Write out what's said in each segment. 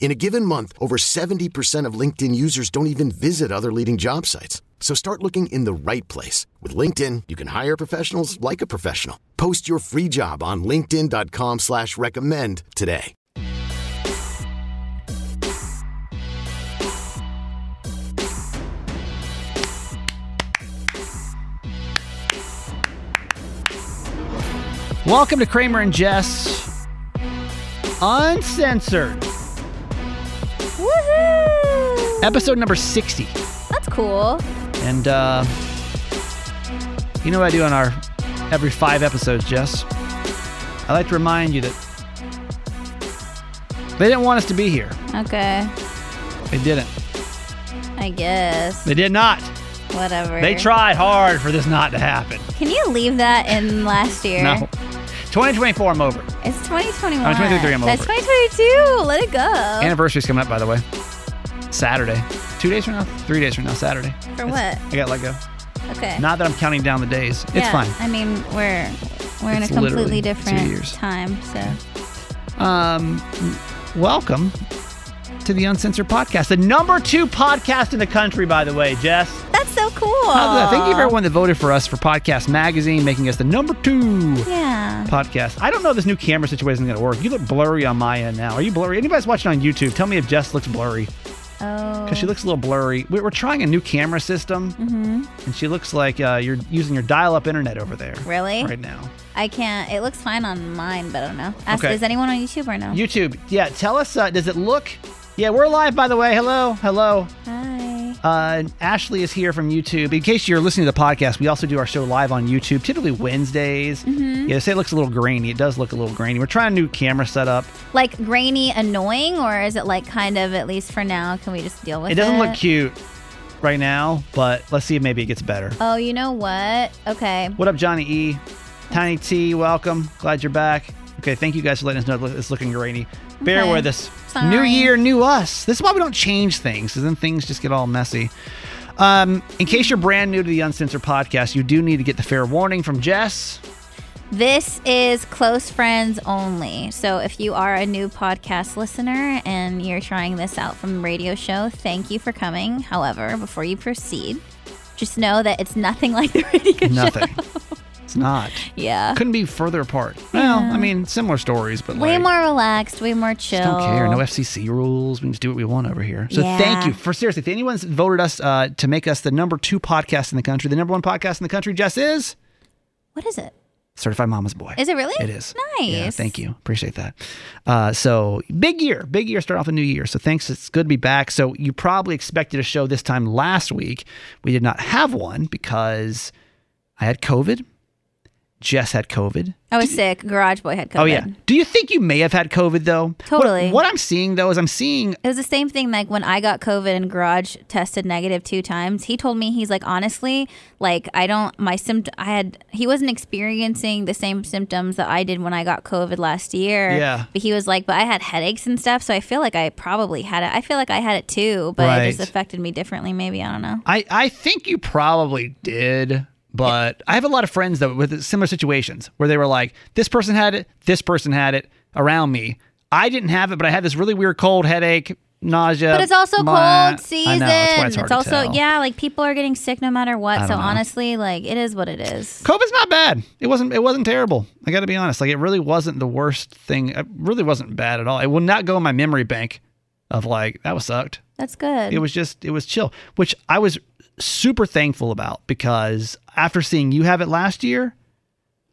In a given month, over 70% of LinkedIn users don't even visit other leading job sites. So start looking in the right place. With LinkedIn, you can hire professionals like a professional. Post your free job on linkedin.com slash recommend today. Welcome to Kramer and Jess Uncensored, Woohoo! episode number 60. That's cool. And uh, you know what I do on our every five episodes, Jess? I like to remind you that they didn't want us to be here. Okay, They didn't. I guess. They did not. Whatever. They tried hard for this not to happen. Can you leave that in last year? No. 2024, I'm over. It's 2021. I'm 23, I'm That's over 2022. Let it go. Anniversary's coming up, by the way. Saturday. Two days from now? Three days from now, Saturday. For It's- what? I got let go. okay. Not that I'm counting down the days. It's Yeah, fine. I mean, we're we're in It's a literally completely two different years. time, so Um, welcome to the Uncensored Podcast, the number two podcast in the country, by the way, Jess. that's so cool. How's that? Thank you for everyone that voted for us for Podcast Magazine, making us the number two Yeah. podcast. I don't know if this new camera situation is going to work. You look blurry on my end now. Are you blurry? Anybody's watching on YouTube, tell me if Jess looks blurry Oh. because she looks a little blurry. We- We're trying a new camera system, and she looks like uh, you're using your dial-up internet over there Really? right now. I can't. It looks fine on mine, but I don't know. Ask, Okay. Is anyone on YouTube or no? YouTube, yeah. Tell us, uh, does it look? Yeah, we're live, by the way. Hello, hello. Hi. Uh, Ashley is here from YouTube. In case you're listening to the podcast, we also do our show live on YouTube, typically Wednesdays. Mm-hmm. Yeah, they say it looks a little grainy. It does look a little grainy. We're trying a new camera setup. Like grainy, annoying, or is it like kind of at least for now? Can we just deal with It it? doesn't look cute right now, but let's see if maybe it gets better. Oh, you know what? Okay. What up, Johnny E? Tiny T, welcome. Glad you're back. Okay, thank you guys for letting us know that it's looking grainy. Bear Okay. with us. Sorry. New year, new us. This is why we don't change things, because then things just get all messy. Um, in case you're brand new to the Uncensored podcast, you do need to get the fair warning from Jess. This is close friends only. So if you are a new podcast listener and you're trying this out from the radio show, thank you for coming. However, before you proceed, just know that it's nothing like the radio show. Nothing. it's not. Yeah. Couldn't be further apart. Well, I mean, similar stories, but Way like, more relaxed, way more chill. just don't care. No FCC rules. We can just do what we want over here. So Yeah. thank you for seriously. If anyone's voted us uh, to make us the number two podcast in the country, the number one podcast in the country, Jess is What is it? Certified Mama's Boy. Is it really? It is. Nice. Yeah, thank you. Appreciate that. Uh, so big year, big year. Start off a new year. So thanks. It's good to be back. So you probably expected a show this time last week. We did not have one because I had COVID. Jess had COVID. I was sick. Garage Boy had COVID. Oh yeah. Do you think you may have had COVID though? What- Totally. What, I'm seeing though is I'm seeing It was the same thing like when I got COVID and Garage tested negative two times. He told me he's like honestly, like I don't my symptom I had he wasn't experiencing the same symptoms that I did when I got COVID last year. Yeah. But he was like, but I had headaches and stuff, so I feel like I probably had it. I feel like I had it too, but it just Right. Uh, affected me differently. Maybe I don't know. I I think you probably did. But I have a lot of friends though with similar situations where they were like, this person had it, this person had it around me. I didn't have it, but I had this really weird cold headache, nausea. But it's also blah." cold season. I know, that's why it's hard to also tell. yeah, like people are getting sick no matter what. So honestly, like it is what it is. COVID's not bad. It wasn't. It wasn't terrible. I got to be honest. Like it really wasn't the worst thing. It really wasn't bad at all. It will not go in my memory bank of like that was sucked. That's good. It was just it was chill, which I was super thankful about because after seeing you have it last year,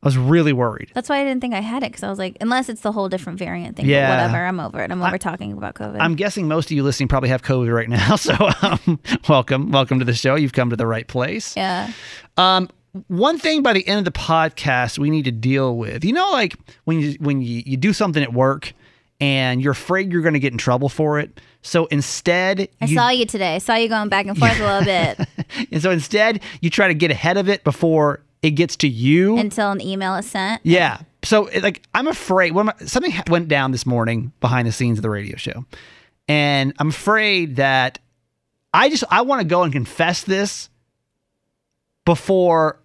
I was really worried. That's why I didn't think I had it because I was like, unless it's the whole different variant thing. Yeah. But whatever. I'm over it. I'm over talking about COVID. I'm guessing most of you listening probably have COVID right now. So, um, welcome, welcome to the show. You've come to the right place. yeah. Um, one thing by the end of the podcast we need to deal with, you know, like when you when you, you do something at work and you're afraid you're going to get in trouble for it. So instead, I you, saw you today. I saw you going back and forth a little bit and so instead you try to get ahead of it before it gets to you. until an email is sent. Yeah. So it- like I'm afraid when my- something ha- went down this morning behind the scenes of the radio show, and I'm afraid that I just I want to go and confess this before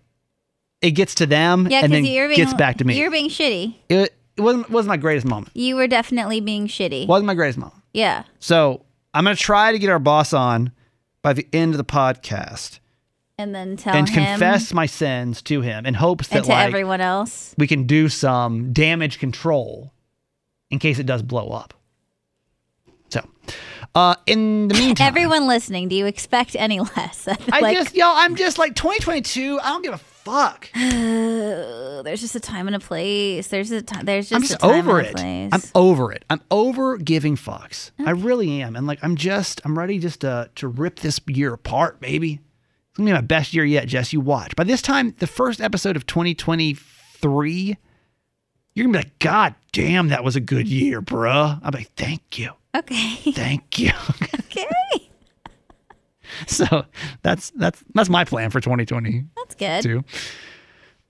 it gets to them Yeah, and then because you're being gets back to me. You're being shitty. It, it wasn't wasn't my greatest moment. You were definitely being shitty. Wasn't my greatest moment. Yeah. So I'm gonna try to get our boss on by the end of the podcast And then tell and him confess my sins to him in hopes that and to like everyone else. we can do some damage control in case it does blow up. So, uh, in the meantime, Everyone listening, do you expect any less? I like, just y'all, I'm just like 2022. I don't give a fuck. "Ugh, there's just a time and a place. There's a time. There's just, I'm a just time over and a it. place. I'm over it. I'm over giving fucks. I really am. And like, I'm just, I'm ready just to to rip this year apart, baby. It's gonna be my best year yet, Jess. You watch. By this time, the first episode of 2023, you're gonna be like, God damn, that was a good year, bruh. I'm like, thank you. okay. Thank you. okay. so that's that's that's my plan for 2022. That's good.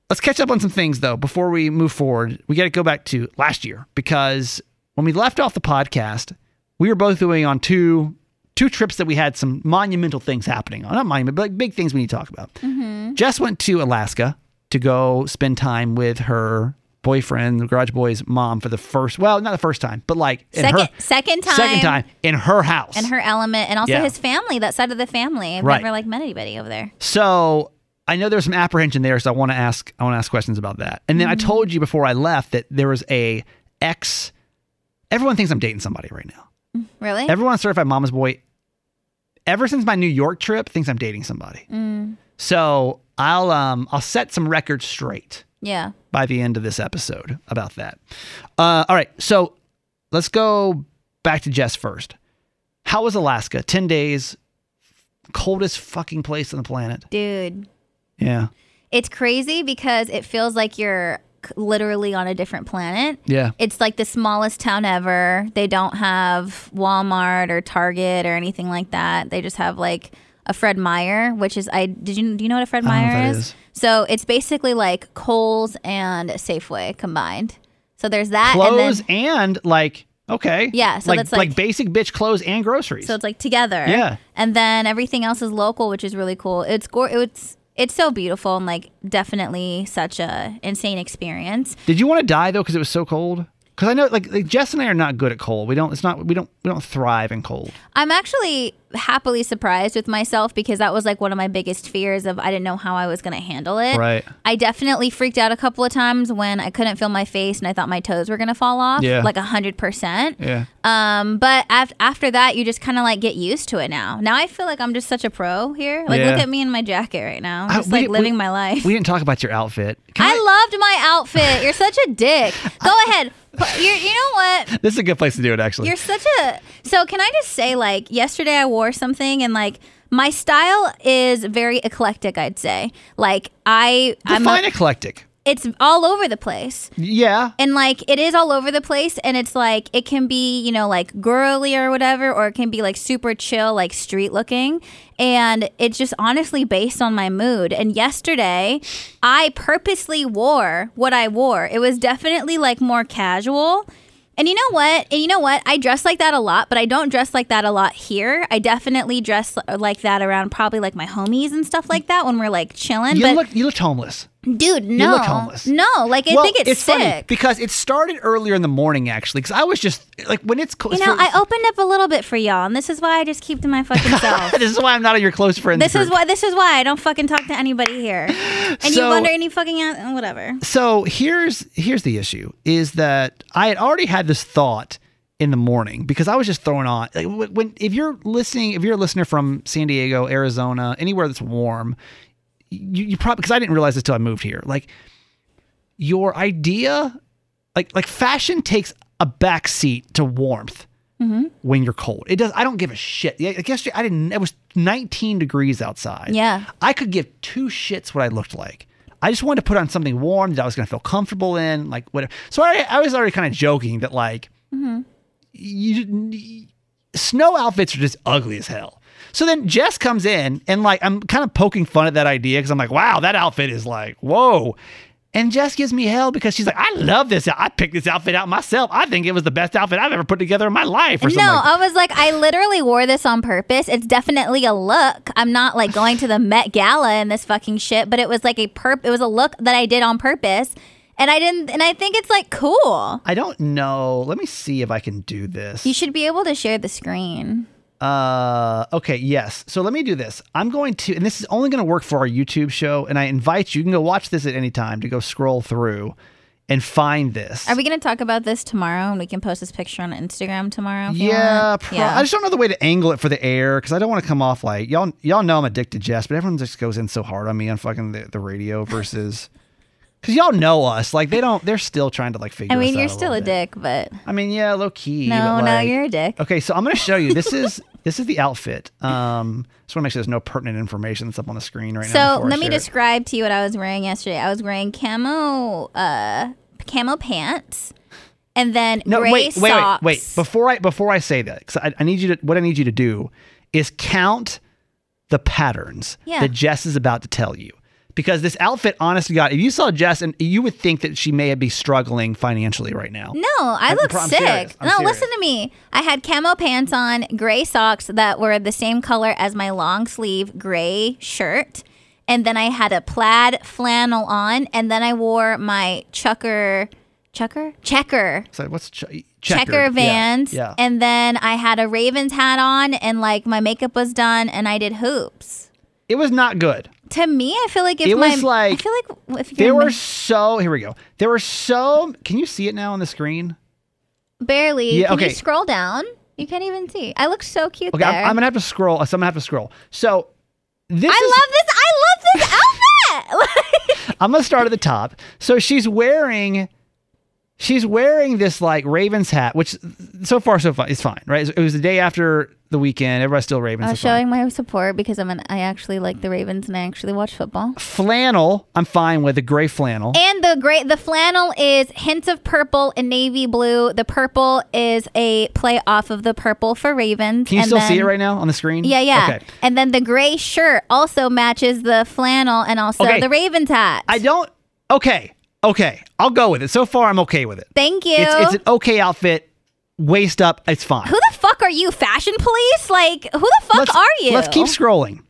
Let's catch up on some things though before we move forward. We got to go back to last year because when we left off the podcast, we were both doing on two two trips that we had some monumental things happening on. Not monumental, but like big things we need to talk about. Jess went to Alaska to go spend time with her boyfriend, the Garage Boy's mom, for the first well, not the first time, but like in Second, her, second time. second time in her house. And her element, and also Yeah. his family, that side of the family. I've Right. never like met anybody over there. So I know there's some apprehension there, so I want to ask I want to ask questions about that. And then I told you before I left that there was a ex. Everyone thinks I'm dating somebody right now. Really? Everyone on certified mama's boy. Ever since my New York trip, thinks I'm dating somebody. So I'll um I'll set some records straight yeah. by the end of this episode about that. Uh, all right, so let's go back to Jess first. How was Alaska? Ten days, coldest fucking place on the planet. Dude. Yeah. It's crazy because it feels like you're c- literally on a different planet. Yeah. It's like the smallest town ever. They don't have Walmart or Target or anything like that. They just have like a Fred Meyer, which is I did you do you know what a Fred I don't know what Meyer that is? is. So it's basically like Kohl's and Safeway combined. So there's that and then- clothes and, like okay Yeah, so like, that's like like- basic bitch clothes and groceries So it's like together. Yeah. And then everything else is local, which is really cool. It's go- it's it's so beautiful and like definitely such a insane experience. did you want to die though because it was so cold because i know like, like jess and i are not good at cold we don't it's not we don't we don't thrive in cold I'm actually happily surprised with myself because that was like one of my biggest fears of I didn't know how I was going to handle it. Right. I definitely freaked out a couple of times when I couldn't feel my face and I thought my toes were going to fall off Yeah. like 100%. yeah Um, but af- after that, you just kind of like get used to it now. Now I feel like I'm just such a pro here. Like, Yeah. look at me in my jacket right now. I'm I- just we like didn't- we- living my life. we didn't talk about your outfit Can I loved my outfit. You're such a dick. Go ahead. Pu- You're, you know what? this is a good place to do it actually You're such a. So, can I just say, like, yesterday I wore something and, like, my style is very eclectic, I'd say. Like, I. I'm define a, eclectic it's all over the place. yeah And, like, it is all over the place. And it's like, it can be, you know, like girly or whatever, or it can be, like, super chill, like, street looking. And it's just honestly based on my mood. And yesterday, I purposely wore what I wore. It was definitely, like, more casual. And you know what? And you know what? I dress like that a lot, but I don't dress like that a lot here. I definitely dress uh, like that around probably like my homies and stuff like that when we're like chilling. you but look you looked homeless dude, no, look homeless. no, like I well, think it's, sick. funny because it started earlier in the morning actually because i was just like when it's cold you know, I opened up a little bit for y'all, and this is why I just keep to my fucking self. this is why i'm not your close friend this is why. This is why I don't fucking talk to anybody here. And you So- wonder any fucking an- whatever. so here's here's the issue is that i had already had this thought in the morning because i was just throwing on like when when- if you're listening if you're a listener from san diego arizona anywhere that's warm you, you probably because i didn't realize this till i moved here like your idea like like fashion takes a backseat to warmth when you're cold. It does. I don't give a shit. Yeah, Like yesterday, I didn't. It was 19 degrees outside. Yeah. I could give two shits what I looked like. I just wanted to put on something warm that I was going to feel comfortable in, like whatever. So I, I was already kind of joking that like you, you- snow outfits are just ugly as hell. So then Jess comes in and like I'm kind of poking fun at that idea because I'm like, wow, that outfit is like, whoa. And Jess gives me hell because she's like, I love this. out- I picked this outfit out myself. I think it was the best outfit I've ever put together in my life. Or No, something like I was like, I literally wore this on purpose. It's definitely a look. I'm not like going to the Met Gala and this fucking shit, but it was like a perp. It was a look that I did on purpose, and I didn't. And I think it's like cool. I don't know. Let me see if I can do this. You should be able to share the screen. Uh, okay, yes. So let me do this. I'm going to, and this is only going to work for our YouTube show. And I invite you, you can go watch this at any time to go scroll through and find this. Are we going to talk about this tomorrow, and we can post this picture on Instagram tomorrow? if you yeah, want? pro- I just don't know the way to angle it for the air because I don't want to come off like y'all. Y'all know I'm addicted to Jess, but everyone just goes in so hard on me on fucking the, the radio versus because y'all know us. Like they don't. They're still trying to like figure. I mean, us you're out still a little bit. dick, but I mean, yeah, low key. no, but, no, like- you're a dick. Okay, so I'm going to show you. This is this is the outfit. Um, just want to make sure there's no pertinent information that's up on the screen right now. So before I let me share it. describe to you what I was wearing yesterday. I was wearing camo, uh, camo pants, and then No, gray wait, wait, wait, socks. wait. Before I before I say that, 'cause I, I need you to what I need you to do is count the patterns Yeah. that Jess is about to tell you. Because this outfit, honest to God, if you saw Jess, and you would think that she may be struggling financially right now. No, I I'm look pro- I'm sick. serious. I'm no, serious. listen to me. I had camo pants on, gray socks that were the same color as my long sleeve gray shirt, and then I had a plaid flannel on, and then I wore my chucker, chucker, checker. So what's che- Checker, vans, Yeah, yeah. and then I had a Ravens hat on, and like my makeup was done, and I did hoops. it was not good. To me, I feel like if It my was like- I feel like if There you're were so here we go. There were so. Can you see it now on the screen? barely, Yeah, can okay. you scroll down? You can't even see. I look so cute Okay, there. I'm, I'm gonna have to scroll. uh, So I'm gonna have to scroll. So this is, I love this. I love this outfit. I'm gonna start at the top. So she's wearing, she's wearing this like Ravens hat, which so far so far is fine, right? It was the day after the weekend. Everybody's still Ravens. I'm it's fine. showing my support because I'm an. I actually like the Ravens and I actually watch football. flannel. I'm fine with the gray flannel. And the great the flannel is hints of purple and navy blue. The purple is a play off of the purple for Ravens. Can you and still see then- it right now on the screen? Yeah, yeah. Mm-hmm. Okay. And then the gray shirt also matches the flannel and also Okay. the Ravens hat. I don't. Okay. Okay. I'll go with it. So far, I'm okay with it. Thank you. It's, it's an okay outfit. Waist up. It's fine. who the fuck are you, fashion police? Like, who the fuck let's, are you? Let's keep scrolling.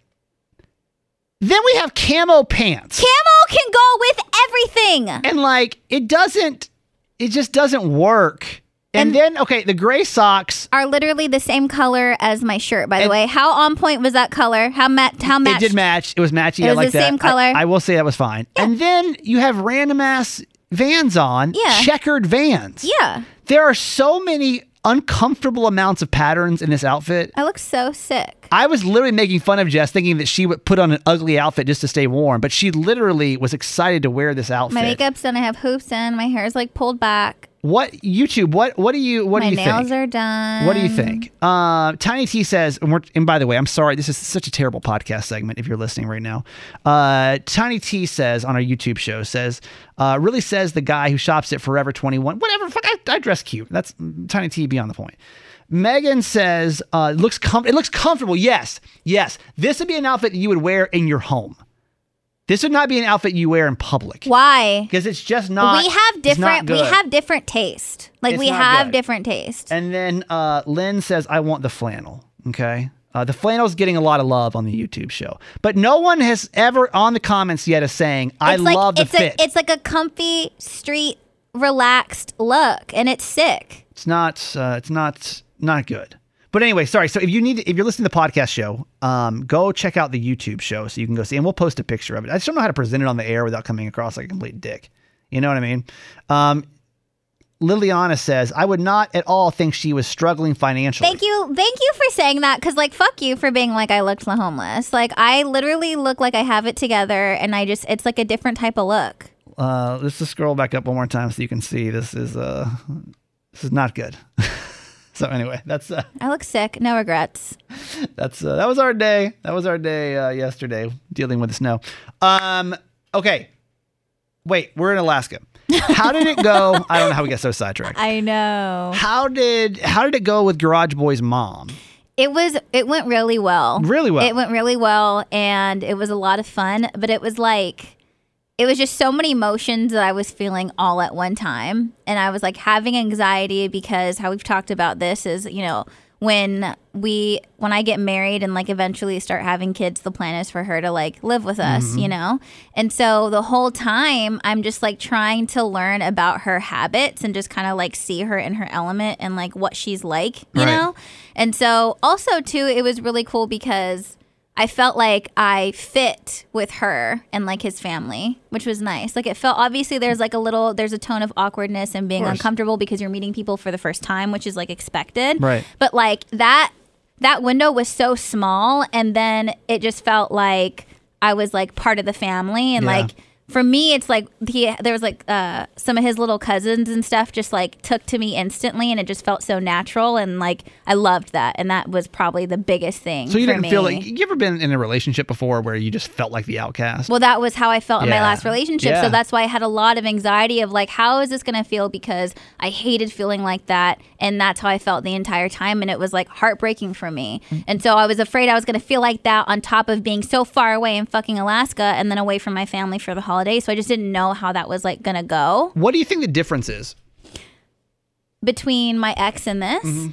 Then we have camo pants. Camo can go with everything. and like it doesn't it just doesn't work and, And- then okay the gray socks Are literally the same color as my shirt. By the And- way, how on point was that color? How mat? How matched? it did match it was matchy It I was like the that. same I- color. I, will say that was fine and then you have random ass vans on Yeah. checkered vans Yeah, there are so many uncomfortable amounts of patterns in this outfit I look so sick. I was literally making fun of Jess, thinking that she would put on an ugly outfit just to stay warm, but she literally was excited to wear this outfit. My makeup's done. I have hoops in. My hair's like pulled back. What YouTube? What what do you what do my you nails think? are done. What do you think? Uh, Tiny T says, and, we're, and by the way, I'm sorry, this is such a terrible podcast segment if you're listening right now. Uh, Tiny T says on our YouTube show, says, uh, really says the guy who shops at Forever 21, whatever, fuck, I, I dress cute. That's Tiny T beyond the point. Megan says, uh, looks com- it looks comfortable. Yes, yes. This would be an outfit that you would wear in your home. This would not be an outfit you wear in public. Why? Because it's just not. we have it's not different. We good. have different taste. Like It's we not have good. different taste. And then uh, Lynn says, I want the flannel. Okay. Uh, the flannel's getting a lot of love on the YouTube show, but no one has ever on the comments yet is saying, I it's like, love the it's fit. A, it's like a comfy street relaxed look, and it's sick. it's not, uh, it's not, not good. But anyway, sorry. So if you need, if you're listening to the podcast show, um, go check out the YouTube show so you can go see, and we'll post a picture of it. I just don't know how to present it on the air without coming across like a complete dick. You know what I mean? Um, Liliana says, I would not at all think she was struggling financially. Thank you, thank you for saying that. Cause like, fuck you for being like I looked homeless. Like I literally look like I have it together, and I just it's like a different type of look. Uh, let's just scroll back up one more time so you can see this is uh, this is not good. so anyway, that's uh, I look sick. No regrets. that's uh, that was our day. That was our day uh, yesterday dealing with the snow. Um, okay, wait, we're in Alaska. How did it go? I don't know how we got so sidetracked. I know. How did how did it go with Garage Boy's mom? It was it went really well. Really well. It went really well and it was a lot of fun, but it was like it was just so many emotions that I was feeling all at one time. And I was like having anxiety because how we've talked about this is, you know, when we when I get married and like eventually start having kids, the plan is for her to like live with us, Mm-hmm. you know? And so the whole time I'm just like trying to learn about her habits and just kind of like see her in her element and like what she's like, you Right. know? And so also too, it was really cool because I felt like I fit with her and like his family, which was nice. Like it felt obviously there's like a little there's a tone of awkwardness and being course. uncomfortable because you're meeting people for the first time, which is like expected. Right. But like that that window was so small and then it just felt like I was like part of the family and Yeah. like for me it's like he there was like uh some of his little cousins and stuff just like took to me instantly and it just felt so natural and like I loved that and that was probably the biggest thing So you for didn't me. feel like you ever been in a relationship before where you just felt like the outcast? Well, that was how I felt in my Yeah. last relationship. Yeah. So that's why I had a lot of anxiety of like, how is this going to feel? Because I hated feeling like that. And that's how I felt the entire time. And it was like heartbreaking for me. Mm. And so I was afraid I was going to feel like that on top of being so far away in fucking Alaska and then away from my family for the holiday. So I just didn't know how that was like going to go what do you think the difference is? between my ex and this. Mm-hmm.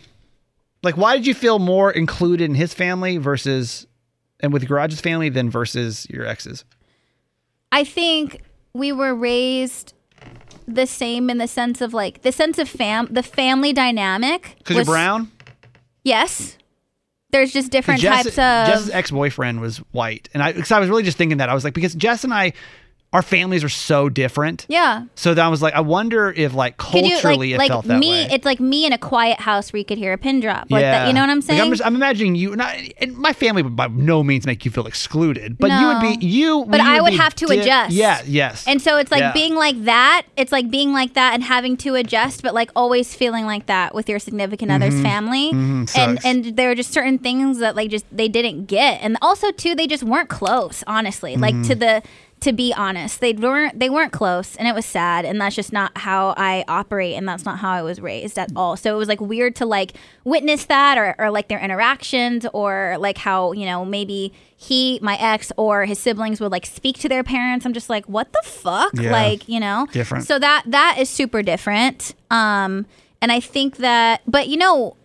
Like, why did you feel more included in his family versus and with Garage's family than versus your ex's? I think we were raised the same in the sense of like the sense of fam the family dynamic Because you're was- brown. Yes. There's just different Jess- types of. Jess's ex-boyfriend was white, and I because I was really just thinking that I was like because Jess and I, our families are so different. yeah. So that I was like, I wonder if like culturally like, it like felt that me? way. It's like me in a quiet house where you could hear a pin drop. Like that, you know what I'm saying? Like, I'm, just, I'm imagining you, and, I, and my family would by no means make you feel excluded, but you would No. be you. But you I would be have to di- adjust. Yeah. Yes. and so it's like Yeah. being like that. It's like being like that and having to adjust, but like always feeling like that with your significant Mm-hmm. other's family. and sucks. and there were just certain things that like just they didn't get, and also too they just weren't close. Honestly, like Mm-hmm. to the to be honest, they weren't they weren't close, and it was sad. And that's just not how I operate, and that's not how I was raised at all. So it was like weird to like witness that, or or like their interactions, or like how you know maybe he, my ex, or his siblings would like speak to their parents. I'm just like, what the fuck, Yeah. like you know, Different. So that that is super different. Um, and I think that, but you know,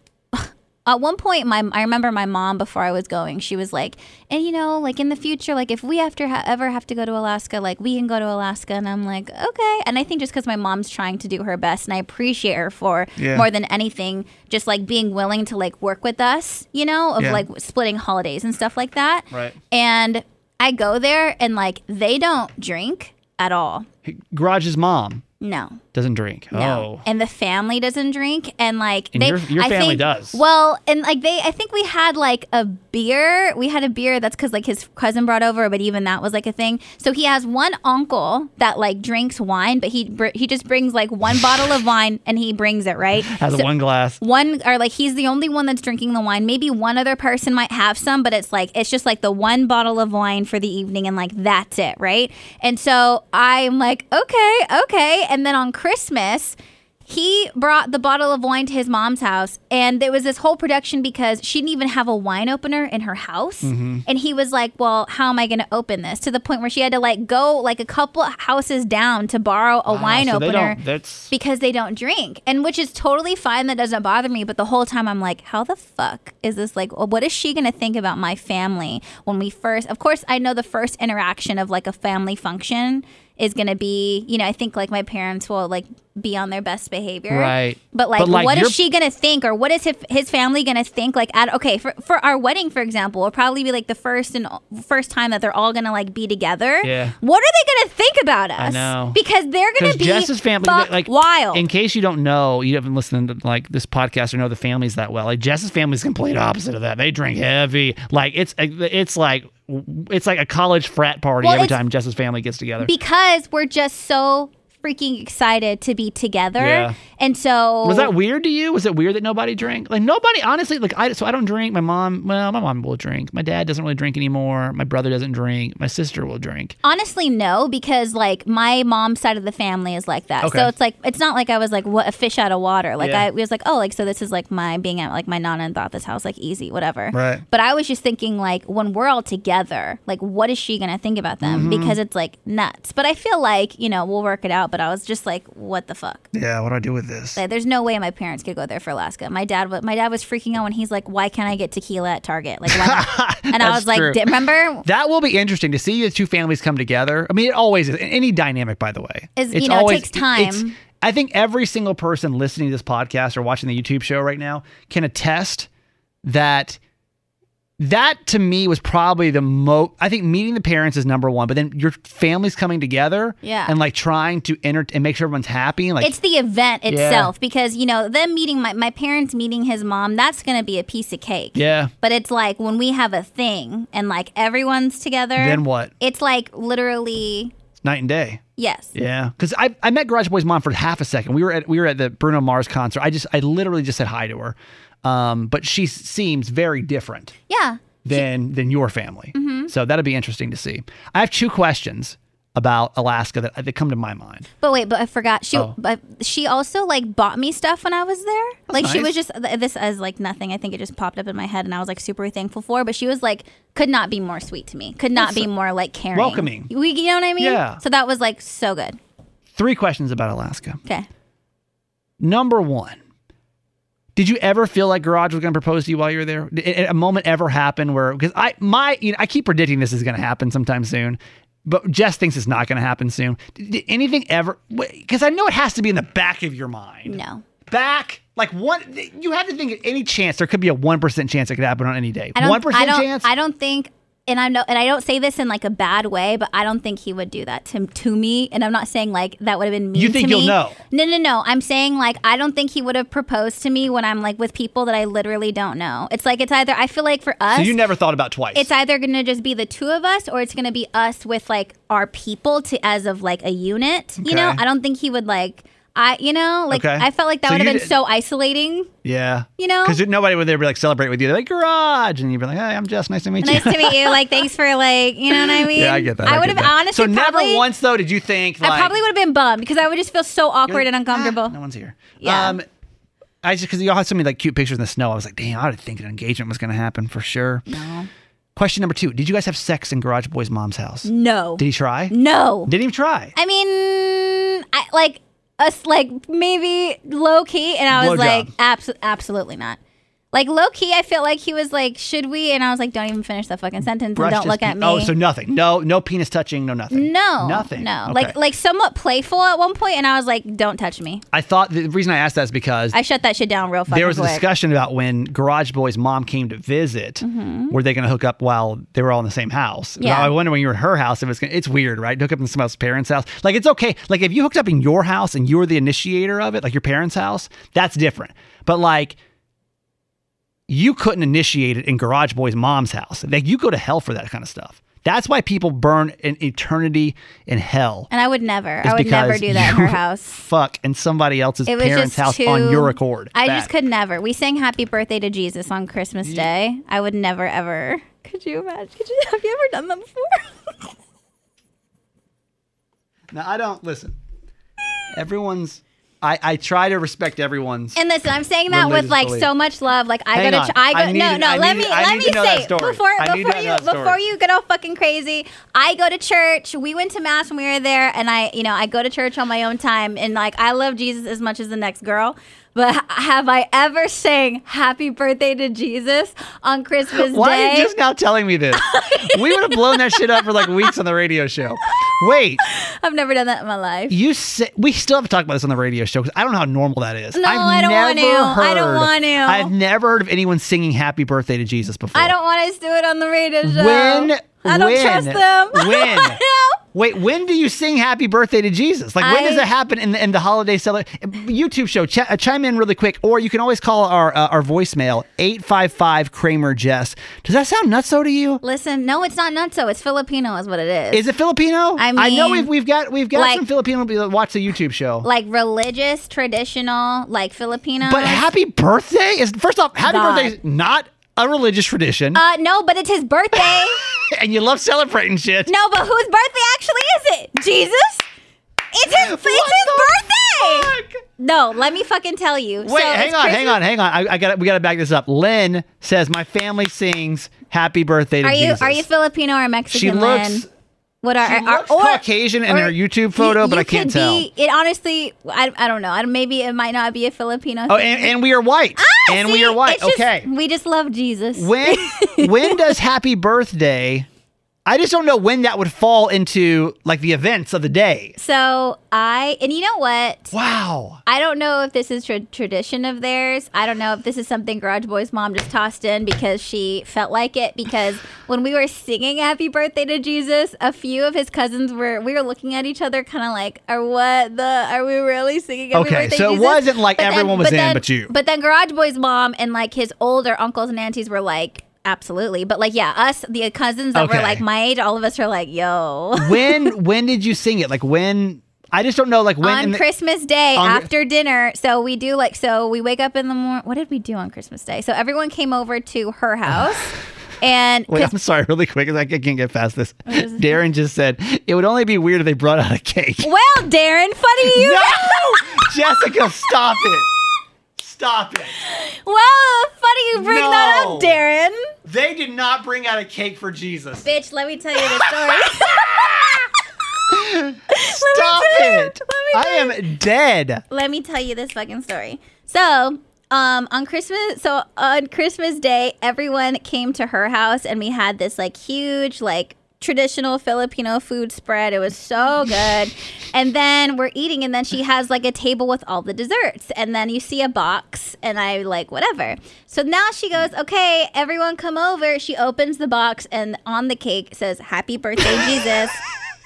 at one point my i remember my mom before i was going she was like and you know like in the future like if we after ha- ever have to go to alaska like we can go to alaska and i'm like okay and i think just because my mom's trying to do her best and i appreciate her for Yeah. more than anything just like being willing to like work with us you know of Yeah. like splitting holidays and stuff like that Right. and i go there and like they don't drink at all Garage's mom no doesn't drink. no. Oh. And the family doesn't drink and like And they your- your I family think- does. Well, and like they I think we had like a beer. We had a beer that's cuz like his cousin brought over, but even that was like a thing. So he has one uncle that like drinks wine, but he br- he just brings like one bottle of wine and he brings it, right? Has So- one glass. one or like he's the only one that's drinking the wine. Maybe one other person might have some, but it's like it's just like the one bottle of wine for the evening and like that's it, right? And so I'm like, okay, okay. And then on Christmas, he brought the bottle of wine to his mom's house and there was this whole production because she didn't even have a wine opener in her house. Mm-hmm. And he was like, Well, how am I gonna open this? To the point where she had to like go like a couple houses down to borrow a wine so They opener don't, that's because they don't drink and which is totally fine that doesn't bother me but the whole time i'm like how the fuck is this like what is she gonna think about my family when we first of course i know the first interaction of like a family function is gonna be you know i think like my parents will like be on their best behavior Right. but like, But, like, what you're- is she gonna think or what is his, his family gonna think like at okay for, for our wedding for example will probably be like the first and first time that they're all gonna like be together Yeah. what are they gonna think about us know. because they're gonna because be Jess's family, fuck like wild In case you don't know, you haven't listened to like this podcast or know the families that well. Like Jess's family's complete opposite of that. They drink heavy. Like it's it's like it's like a college frat party Well, every it's- time Jess's family gets together. because we're just so freaking excited to be together. Yeah. And so was that weird to you? Was it weird that nobody drank? Like nobody, honestly. Like I, so I don't drink. My mom, well, my mom will drink. My dad doesn't really drink anymore. My brother doesn't drink. My sister will drink. Honestly, no, because like my mom's side of the family is like that. Okay. So it's like it's not like I was like what a fish out of water. Like Yeah. I was like, oh, like so this is like my being at like my nana and Thought this house, like easy, whatever. Right. But I was just thinking like when we're all together, like what is she gonna think about them? Mm-hmm. Because it's like nuts. But I feel like you know we'll work it out. But I was just like, what the fuck. Yeah, what do I do with this? Like, there's no way my parents could go there for Alaska. My dad, wa- my dad was freaking out when he's like, "Why can't I get tequila at Target?" Like, why not? and I That's was like, true. "Di- "Remember?" That will be interesting to see the two families come together. I mean, it always is. Any dynamic, by the way, Is- you know, it takes time. it's- I think every single person listening to this podcast or watching the YouTube show right now can attest that that to me was probably the most. I think meeting the parents is number one, but then your family's coming together, Yeah. and like trying to enter and make sure everyone's happy. and, Like It's the event itself because you know them meeting my my parents meeting his mom. That's gonna be a piece of cake. yeah, But it's like when we have a thing and like everyone's together. then what? It's like literally Night and day. yes. Yeah, because I, I met Garage Boy's mom for half a second. We were at we were at the Bruno Mars concert. I just I literally just said hi to her, um, but she s- seems very different Yeah. than than your family. So that'll be interesting to see. I have two questions about Alaska that that come to my mind. But wait, but I forgot. She Oh. but she also like bought me stuff when I was there. like she nice. was just th- this is like nothing. I think it just popped up in my head and I was like super thankful for. But she was like could not be more sweet to me. Could not be more like caring. welcoming. We you know what I mean? Yeah. So that was like so good. Three questions about Alaska. Okay. Number one, did you ever feel like Garage was going to propose to you while you were there? Did did a moment ever happen where because I my you know, I keep predicting this is going to happen sometime soon, but Jess thinks it's not going to happen soon. Did, did anything ever? Because I know it has to be in the back of your mind. No. Back like one, you have to think at any chance there could be a one percent chance it could happen on any day. I don't One percent I don't chance. I don't think and I know and I don't say this in like a bad way, but I don't think he would do that to to me. And I'm not saying like that would have been mean You think to me. you'll know? No, no, no. I'm saying like I don't think he would have proposed to me when I'm like with people that I literally don't know. It's like it's either I feel like for us so you never thought about it twice. it's either going to just be the two of us or it's going to be us with like our people to as of like a unit you know Okay. i don't think he would like i you know like Okay. i felt like that So would have you been did- so isolating yeah. you know Because nobody would there be like celebrate with you. They're like garage, and you'd be like, "Hey, I'm Jess. Nice to meet you." nice to meet you like thanks for like you know what i mean Yeah, I get that. i, get would have that. honestly So never probably once though did you think like i probably would have been bummed because i would just feel so you're awkward like, and uncomfortable "Ah, no one's here. Yeah. Um, I just because y'all had so many like cute pictures in the snow. I was like, damn, I would think an engagement was going to happen for sure. no Question number two: Did you guys have sex in Garage Boy's mom's house? no Did he try? no Didn't even try. i mean i like us like maybe low key and i Blowjob. was like abso- absolutely not like low key i felt like he was like should we and i was like don't even finish the fucking sentence Brushed and his don't look pe- at me Oh, so nothing. No, no penis touching. No nothing. no nothing. no Okay. like like somewhat playful at one point and i was like don't touch me I thought the reason I asked that is because i shut that shit down real fucking there was a quick discussion about when Garage Boy's mom came to visit, were they going to hook up while they were all in the same house? Mm-hmm. Yeah. I wonder when you were at her house if it's gonna, it's weird, right? To hook up in someone else's parents' house. Like it's okay. Like if you hooked up in your house and you were the initiator of it, like your parents' house, that's different. But like you couldn't initiate it in Garage Boy's mom's house. Like you go to hell for that kind of stuff. That's why people burn an eternity in hell. and i would never is i would never because do that in you her house Fuck in somebody else's it was parents' just house too, on your accord. I Bad. just could never. We sang "Happy Birthday to Jesus" on Christmas Day. I would never ever. Could you imagine? Could you have you ever done that before? Now I don't listen. Everyone's. I I try to respect everyone's. And listen, I'm saying that Religious with like belief. so much love. Like I Hang gotta, on. tr- I go, I need- no, no. I let need- me, I let need me to know that say story. before I need to before know you that story. before you get all fucking crazy. I go to church. We went to mass when we were there, and I, you know, I go to church on my own time, and like I love Jesus as much as the next girl. But ha- have I ever sang "Happy Birthday to Jesus" on Christmas Why Day? are you just now telling me this? we would have blown that shit up for like weeks on the radio show. Wait, I've never done that in my life. you say, we still have to talk about this on the radio show because I don't know how normal that is. No, I've I don't want never to. I don't heard- want to. I've never heard of anyone singing "Happy Birthday" to Jesus before. I don't want us to do it on the radio show. When I don't when, trust them. When? I know. Wait, when do you sing Happy Birthday to Jesus? Like, when does I- it happen in the, in the holiday celebration? YouTube show, ch- uh, chime in really quick, or you can always call our uh, our voicemail, 855 Kramer Jess. Does that sound nutso to you? Listen, no, it's not nutso. It's Filipino, is what it is. Is it Filipino? I know mean, we've, we've got we've got like- some Filipino people that watch the YouTube show. like religious, traditional, like Filipino? but happy birthday is first off, happy God. birthday is not a religious tradition, uh, no, but it's his birthday. and you love celebrating shit. no, but whose birthday actually is it? Jesus? It's his, it's his birthday. Fuck. No, let me fucking tell you. Wait, hang on, hang on, hang on, I, I got we got to back this up. Lynn says my family sings "Happy Birthday" to Are you Jesus. are you Filipino or Mexican? She looks- Lynn? What are, she are- looks or, Caucasian in her YouTube photo, but I can't could tell. Be, it honestly, I, I don't know. I, maybe it might not be a Filipino. Oh, thing. and, and we are white. Ah, and see, we are white. it's just- okay. we just love Jesus. when when does Happy Birthday? I just don't know when that would fall into like the events of the day. so I and you know what? Wow. I don't know if this is tra- tradition of theirs. I don't know if this is something Garage Boy's mom just tossed in because she felt like it. Because when we were singing "Happy Birthday to Jesus," a few of his cousins were we were looking at each other, kind of like, "Are what the? Are we really singing?" Happy Okay, Birthday, so it Jesus?" wasn't like everyone was in then- but you. But then Garage Boy's mom and like his older uncles and aunties were like, "Absolutely!" But like, yeah, us the cousins that Okay. were like my age, all of us are like, "Yo." When when did you sing it? Like when? I just don't know. Like when? on in the- Christmas Day on- after dinner. So we do like so we wake up in the morning. What did we do on Christmas Day? So everyone came over to her house, and Wait, 'cause- I'm sorry, really quick, 'cause I can't get past this. Darren just said it would only be weird if they brought out a cake. well, Darren, funny you. No, Jessica, stop it! Stop it! Well, funny you bring that No. up, Darren. They did not bring out a cake for Jesus. Bitch, let me tell you the story. Stop tell you. it! I am dead. let me tell you this fucking story. So, um, on Christmas, so on Christmas Day, everyone came to her house, and we had this like huge, like traditional Filipino food spread. It was so good. and then we're eating, and then she has like a table with all the desserts, and then you see a box, and I like whatever. So now she goes, okay, everyone come over. She opens the box, and on the cake it says, "Happy Birthday, Jesus."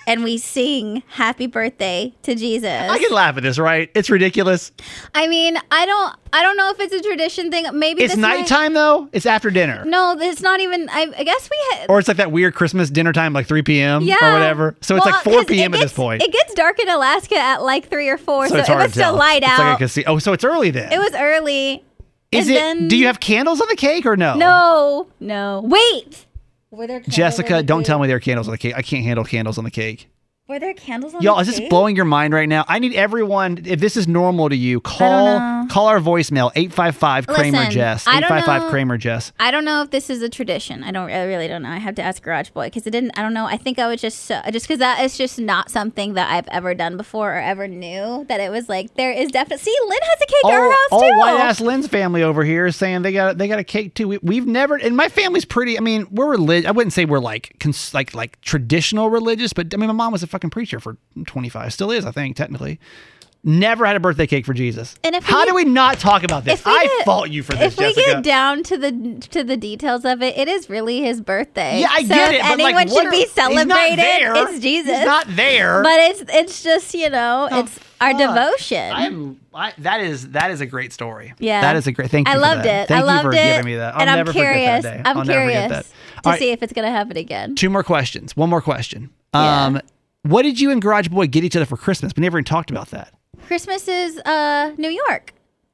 And we sing happy birthday to Jesus. I can laugh at this, right? It's ridiculous. I mean, I don't, I don't know if it's a tradition thing. Maybe It's this might- nighttime though. It's after dinner, no, it's not even. I, I guess we. Ha- or it's like that weird Christmas dinner time, like 3 p.m. yeah, or whatever. So it's Well, uh, like 4 'cause it p.m. at gets- this point. It gets dark in Alaska at like three or four, so, it's it hard was to tell. still light It's Like I out. can see. Oh, so it's early then. it was early. Is and it? then- do you have candles on the cake or no? No, no. Wait. Were there candles on Jessica, the don't cake? tell me there are candles on the cake. I can't handle candles on the cake. Were there candles on Y'all, the is this cake? blowing your mind right now? I need everyone, if this is normal to you, call call our voicemail, 855 Kramer Listen, Jess. I don't 855 know- Kramer Jess. I don't know if this is a tradition. I don't. I really don't know. I have to ask Garage Boy because it didn't. I don't know. I think I was just so, just because that is just not something that I've ever done before or ever knew that it was like there is definitely. See, Lynn has a cake at her All, house all too. white ass Lynn's family over here is saying they got they got a cake too. We, we've never, and my family's pretty. I mean, we're religious. I wouldn't say we're like cons- like like traditional religious, but I mean, my mom was a fucking preacher for twenty five, still is, I think, technically. Never had a birthday cake for Jesus. And if we how get- do we not talk about this? If we I get- fault you for this, If we Jessica. get down to the to the details of it, it is really his birthday. Yeah, I So get if it. but, anyone like, what should are- be he's not celebrated. there. It's Jesus. He's not there. Oh, but it's it's just you know it's our devotion. I'm. I, that is that is a great story. Yeah. that is a great. Thank I you. loved for that. it. Thank I you loved for it. giving me that. I'll and never I'm curious. Forget that day. I'm I'll curious Never forget that. to All right, see if it's gonna happen again. Two more questions. One more question. Yeah. Um, what did you and Garage Boy get each other for Christmas? We never even talked about that. Christmas is uh New York.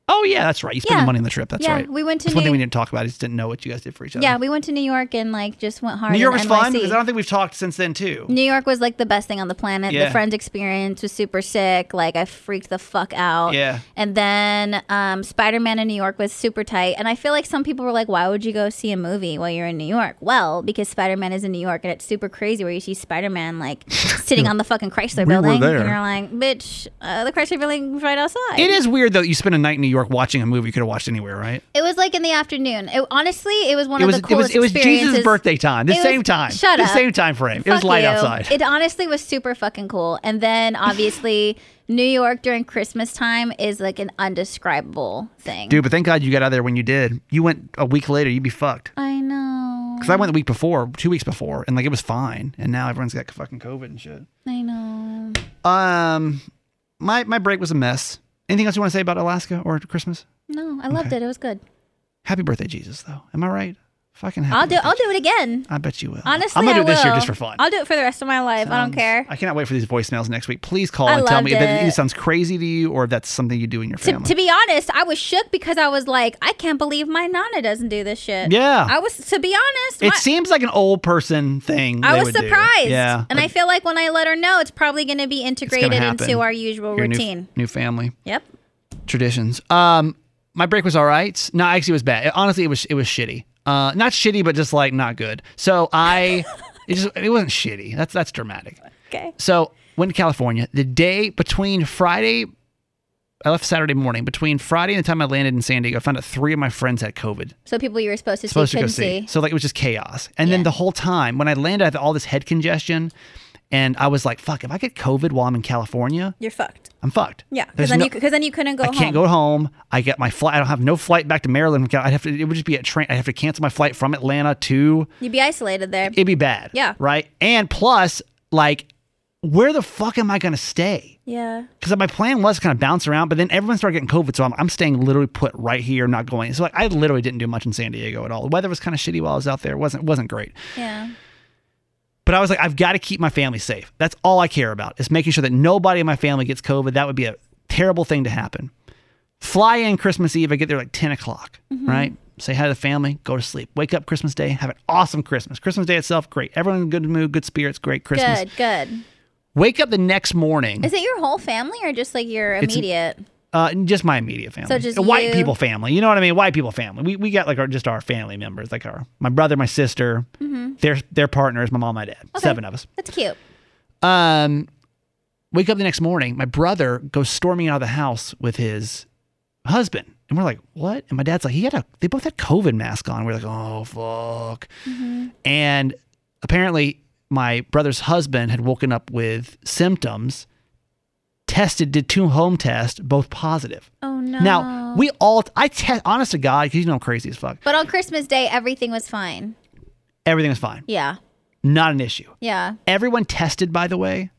Oh yeah, that's right. You spent Yeah. the money on the trip. That's Yeah, right. we went to That's one New- thing we didn't talk about. I just didn't know what you guys did for each other. Yeah, we went to New York and like just went hard. New in York was fun NYC. because I don't think we've talked since then too. New York was like the best thing on the planet. Yeah. The friends experience was super sick. Like I freaked the fuck out. Yeah. And then um, Spider Man in New York was super tight. And I feel like some people were like, why would you go see a movie while you're in New York? Well, because Spider Man is in New York and it's super crazy where you see Spider Man like sitting on the fucking Chrysler We were building. there. And you're like, bitch, uh, the Chrysler building's right outside. It is weird though. You spent a night in New York watching a movie you could have watched anywhere, right? It was like in the afternoon. It, honestly, it was one it of was the coolest it was it was experiences. Jesus' birthday time. The It was- same time. Shut the up. same time frame. It was Fuck light you. outside. It honestly was super fucking cool. And then obviously New York during Christmas time is like an undescribable thing. Dude, but thank God you got out of there when you did. You went a week later, you'd be fucked. I know. Because I went the week before, two weeks before, and like it was fine. And now everyone's got fucking COVID and shit. I know. Um, my my break was a mess. Anything else you want to say about Alaska or Christmas? No, I loved it. It was good. Happy birthday, Jesus, though. Am I right? Fucking happy I'll do. birthday, I'll do it again. Jesus. I bet you will. Honestly, I'm gonna do it I this year will. just for fun. I'll do it for the rest of my life. I don't Sounds- care. I cannot wait for these voicemails next week. Please call I and tell me if loved that it. either sounds crazy to you or if that's something you do in your to, family. to be honest, I was shook because I was like, I can't believe my nana doesn't do this shit. Yeah. I was to be honest, it my- seems like an old person thing. I they was would do. surprised. Yeah. And I feel like when I let her know, it's probably going to be integrated happen. into our usual Your new- routine. New, family Yep. traditions. Um, my break was all right. No, actually, it was bad. It- honestly, it was it was shitty. Uh, not shitty, but just like not good. So I, it just it wasn't shitty. That's that's dramatic. Okay. So went to California the day between Friday. I left Saturday morning. Between Friday and the time I landed in San Diego, I found out three of my friends had COVID. So people you were supposed to supposed see to go couldn't see. see. So like it was just chaos. And then Yeah. the whole time when I landed, I had all this head congestion, and I was like, "Fuck! If I get COVID while I'm in California, You're fucked. I'm fucked." Yeah. Because There's then no- you because then you couldn't go I home. can't go home. I get my flight. I don't have no flight back to Maryland. I'd have to. It would just be a train. I'd have to cancel my flight from Atlanta to. You'd be isolated there. It'd be bad. Yeah. Right. And plus, like, where the fuck am I gonna stay? yeah. because my plan was to kind of bounce around, but then everyone started getting COVID, so I'm, I'm staying literally put right here, not going. So like I literally didn't do much in San Diego at all. The weather was kind of shitty while I was out there. It wasn't wasn't great. Yeah. But I was like, I've got to keep my family safe. That's all I care about is making sure that nobody in my family gets COVID. That would be a terrible thing to happen. Fly in Christmas Eve. I get there like 10 o'clock, Mm-hmm. right? Say hi to the family, go to sleep. Wake up Christmas Day, have an awesome Christmas. Christmas Day itself, great. Everyone in good mood, good spirits, great Christmas. Good. Good. Wake up the next morning. Is it your whole family or just like your It's- immediate? Uh, just my immediate family. So just A white you- people family. You know what I mean? White people family. We, we got like our just our family members, like our my brother, my sister, Mm-hmm. their their partners, my mom, my dad. Seven of us. That's cute. Um, wake up the next morning. My brother goes storming out of the house with his husband, and we're like, "What?" And my dad's like, "He had a. They both had COVID mask on." We're like, "Oh fuck!" And apparently, my brother's husband had woken up with symptoms. Tested, did two home tests, both positive. Oh no. Now we all, I te- honest to God, because you know I'm crazy as fuck. But on Christmas Day, everything was fine. Everything was fine, Yeah. not an issue. Yeah. Everyone tested, by the way.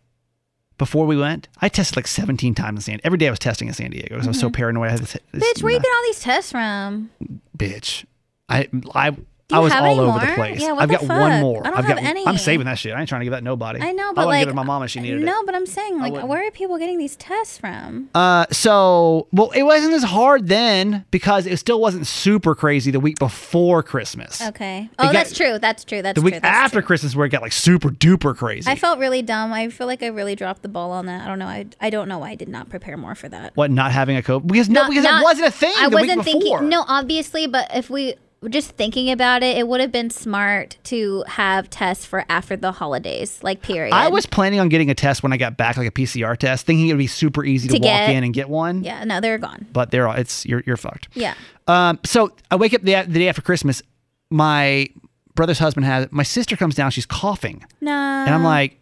Before we went, I tested like 17 times in San. Every day I was testing in San Diego because I was so paranoid. I had this, this Mm-hmm. Bitch, where you get all these tests from? bitch. I I you I was have all any over the more? place. Yeah, what I've the got one fuck? more. I don't have have got. any. I'm saving that shit. I ain't trying to give that to nobody. I know, I but wouldn't like, give it to my mom if she needed it. no, but I'm saying, like, wouldn't. where are people getting these tests from? Uh, so well, it wasn't as hard then because it still wasn't super crazy the week before Christmas. Okay. They Oh, got- that's true. That's true. That's The true. week That's after true. Christmas, where it got like super duper crazy. I felt really dumb. I feel like I really dropped the ball on that. I don't know. I, I don't know why I did not prepare more for that. What not having a COVID? Because no, Not- because not- it wasn't a thing. I the wasn't week thinking. before. No, obviously, but if we were just thinking about it, it would have been smart to have tests for after the holidays, like period. I was planning on getting a test when I got back, like a PCR test, thinking it would be super easy to, To walk get- in and get one. Yeah. No, they're gone. But they're all it's you're you're fucked. Yeah. Um, so I wake up the, the day after Christmas. My brother's husband has my sister comes down. She's coughing, No. and I'm like,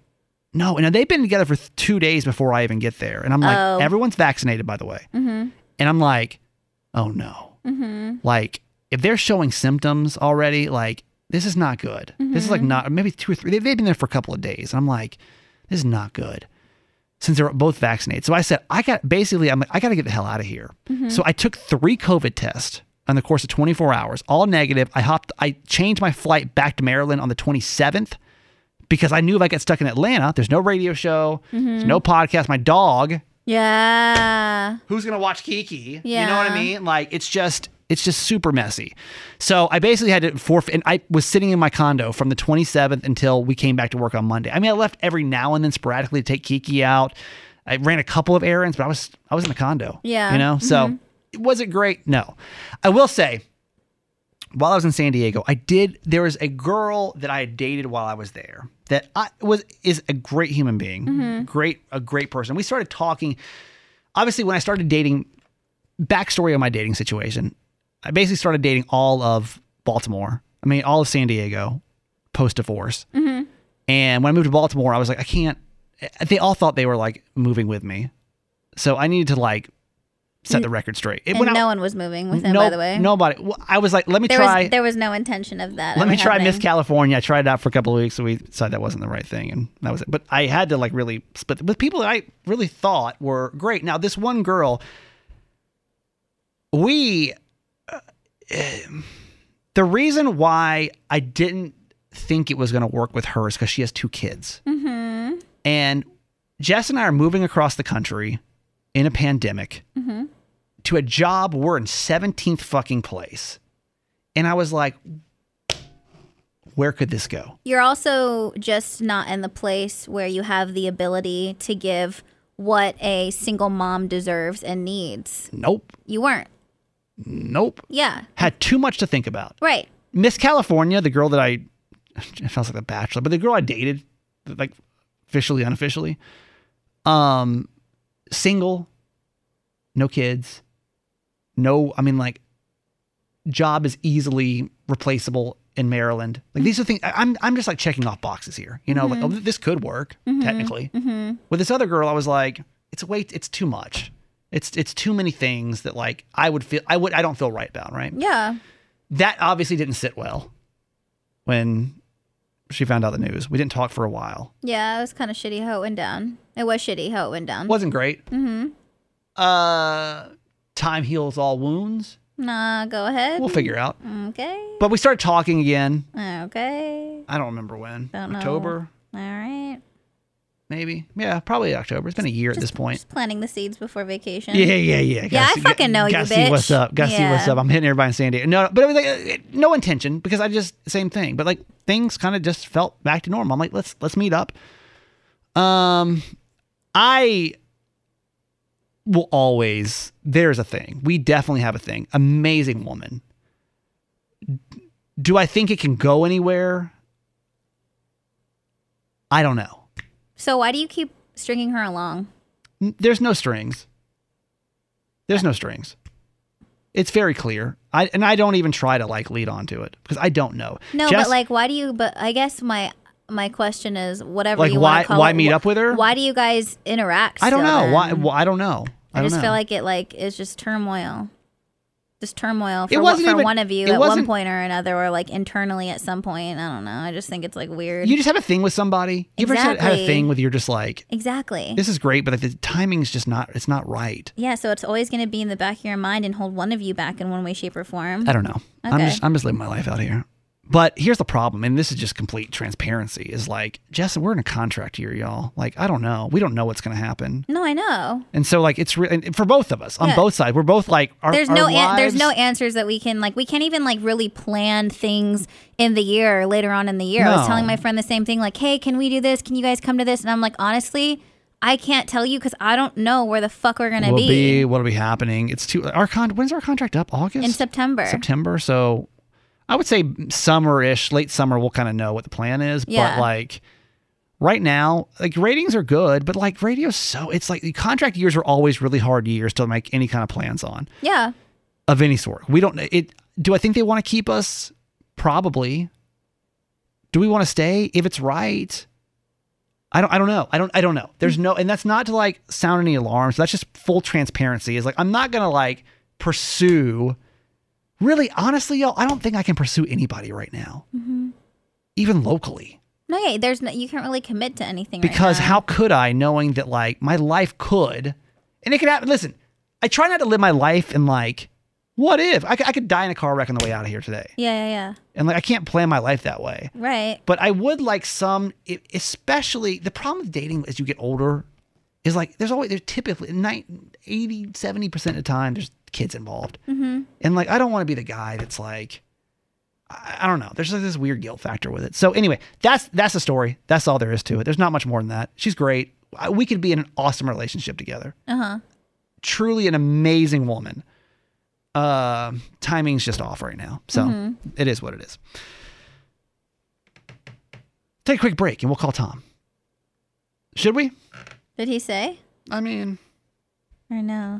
no. And they've been together for th- two days before I even get there, and I'm like, Oh. everyone's vaccinated, by the way, Mm-hmm. and I'm like, oh no, Mm-hmm. like if they're showing symptoms already, like this is not good. This Mm-hmm. is like not maybe two or three. They, they've been there for a couple of days, and I'm like, this is not good. Since they're both vaccinated, so I said I got basically I'm like I got to get the hell out of here. Mm-hmm. So I took three COVID tests on the course of 24 hours, all negative. I hopped, I changed my flight back to Maryland on the 27th because I knew if I got stuck in Atlanta, there's no radio show, there's no podcast. My dog Yeah. who's gonna watch Kiki? You know Yeah. what I mean? Like it's just it's just super messy. So I basically had to forfeit and I was sitting in my condo from the 27th until we came back to work on Monday. I mean, I left every now and then sporadically to take Kiki out. I ran a couple of errands, but I was I was in the condo. Yeah. You know? So was it great? No. I will say while I was in San Diego, I did. There was a girl that I had dated while I was there that I was is a great human being, great a great person. We started talking. Obviously, when I started dating, backstory on my dating situation, I basically started dating all of Baltimore. I mean, all of San Diego, post divorce. Mm-hmm. And when I moved to Baltimore, I was like, I can't. They all thought they were like moving with me, so I needed to like set the record straight. It And went no out. one was moving with him, by the way. nobody. Well, I was like, let me there try. was there was no intention of that. let ever me try Miss happening. California. I tried it out for a couple of weeks, and we decided that wasn't the right thing, and that was it. But I had to like really split with people that I really thought were great. Now this one girl, we, uh, eh, the reason why I didn't think it was going to work with her is because she has two kids, mm-hmm. and Jess and I are moving across the country in a pandemic to a job we're in seventeenth fucking place, and I was like where could this go? You're also just not in the place where you have the ability to give what a single mom deserves and needs. Nope. You weren't. Nope. Yeah. Had too much to think about. Right. Miss California, the girl that I, it sounds like the bachelor, but the girl I dated, like officially, unofficially, um, single, no kids, no, I mean, like, job is easily replaceable in Maryland. Like these are things I- I'm I'm just like checking off boxes here. You know, like oh, this could work technically. Mm-hmm. With this other girl, I was like, it's way it's too much. It's it's too many things that like I would feel I would I don't feel right about, right? Yeah. that obviously didn't sit well when she found out the news. We didn't talk for a while. Yeah, it was kind of shitty how it went down. It was shitty how it went down. Wasn't great. Mm-hmm. Uh, time heals all wounds. Nah, go ahead. We'll figure out. Okay. But we started talking again. Okay. I don't remember when. Don't know. October, All right. maybe. Yeah, probably October. It's been a year at this point. Just planting the seeds before vacation. Yeah, yeah, yeah. Yeah, I see- fucking know you, gotta see what's bitch. up. Gotta see what's Yeah. up. I'm hitting everybody in San Diego. No, but I was like, uh, no intention because I just same thing. But like things kind of just felt back to normal. I'm like, let's let's meet up. Um, I will always. There's a thing. We definitely have a thing. Amazing woman. Do I think it can go anywhere? I don't know. So why do you keep stringing her along? N- there's no strings. There's no strings. It's very clear. I and I don't even try to like lead onto it because I don't know. No, Jess- but like, why do you? But I guess my my question is, whatever Like, you want why- to call why it, meet wh- up with her? Why do you guys interact? I don't still know then? why. Well, I don't know. I, don't just know. feel like it like is just turmoil. Just turmoil for, It one- wasn't for even- one of you it at one wasn't- point or another, or like internally at some point. I don't know. I just think it's like weird. you just have a thing with somebody. You ever just had- had a Exactly. thing with you're just like exactly. this is great, but like the timing's just not. It's not right. yeah, so it's always going to be in the back of your mind and hold one of you back in one way, shape, or form. I don't know. I'm Okay. just I'm just living my life out here. But here's the problem, and this is just complete transparency. Is like, Jess, we're in a contract here, y'all. Like, I don't know. We don't know what's gonna happen. No, I know. And so like it's re- and for both of us on Yeah. both sides. We're both like our, there's our no lives, an- there's no answers that we can like we can't even like really plan things in the year or later on in the year. I No. was telling my friend the same thing like, "Hey, can we do this? Can you guys come to this?" And I'm like, "Honestly, I can't tell you cuz I don't know where the fuck we're going to will be, be what'll be happening. It's too our con. When's our contract up? August in September." September. So I would say summer ish, late summer. We'll kind of know what the plan is. Yeah. But like right now, like ratings are good, but like radio's so it's like the contract years are always really hard years to make any kind of plans on. yeah. of any sort. We don't it do I think they want to keep us? Probably. Do we want to stay if it's right? I don't I don't know. I don't I don't know. There's no and that's not to like sound any alarms. That's just full transparency. Is like I'm not going to like pursue really honestly y'all, I don't think I can pursue anybody right now. Even locally. No, yeah, there's no you can't really commit to anything right Because now. how could I, knowing that like my life could, and it could happen. Listen, I try not to live my life in like, what if I, c- I could die in a car wreck on the way out of here today, Yeah, yeah, yeah. and like I can't plan my life that way. Right. But I would like some, e- especially the problem with dating as you get older is like there's always there's typically nine- 80 70 percent of the time there's kids involved, and like I don't want to be the guy that's like. I I don't know. There's like this weird guilt factor with it. So anyway, that's that's the story. That's all there is to it. There's not much more than that. She's great. I- We could be in an awesome relationship together. Uh-huh. Truly an amazing woman. Uh, timing's just off right now. So it is what it is. Take a quick break and we'll call Tom. Should we? Did he say? I mean, Or no?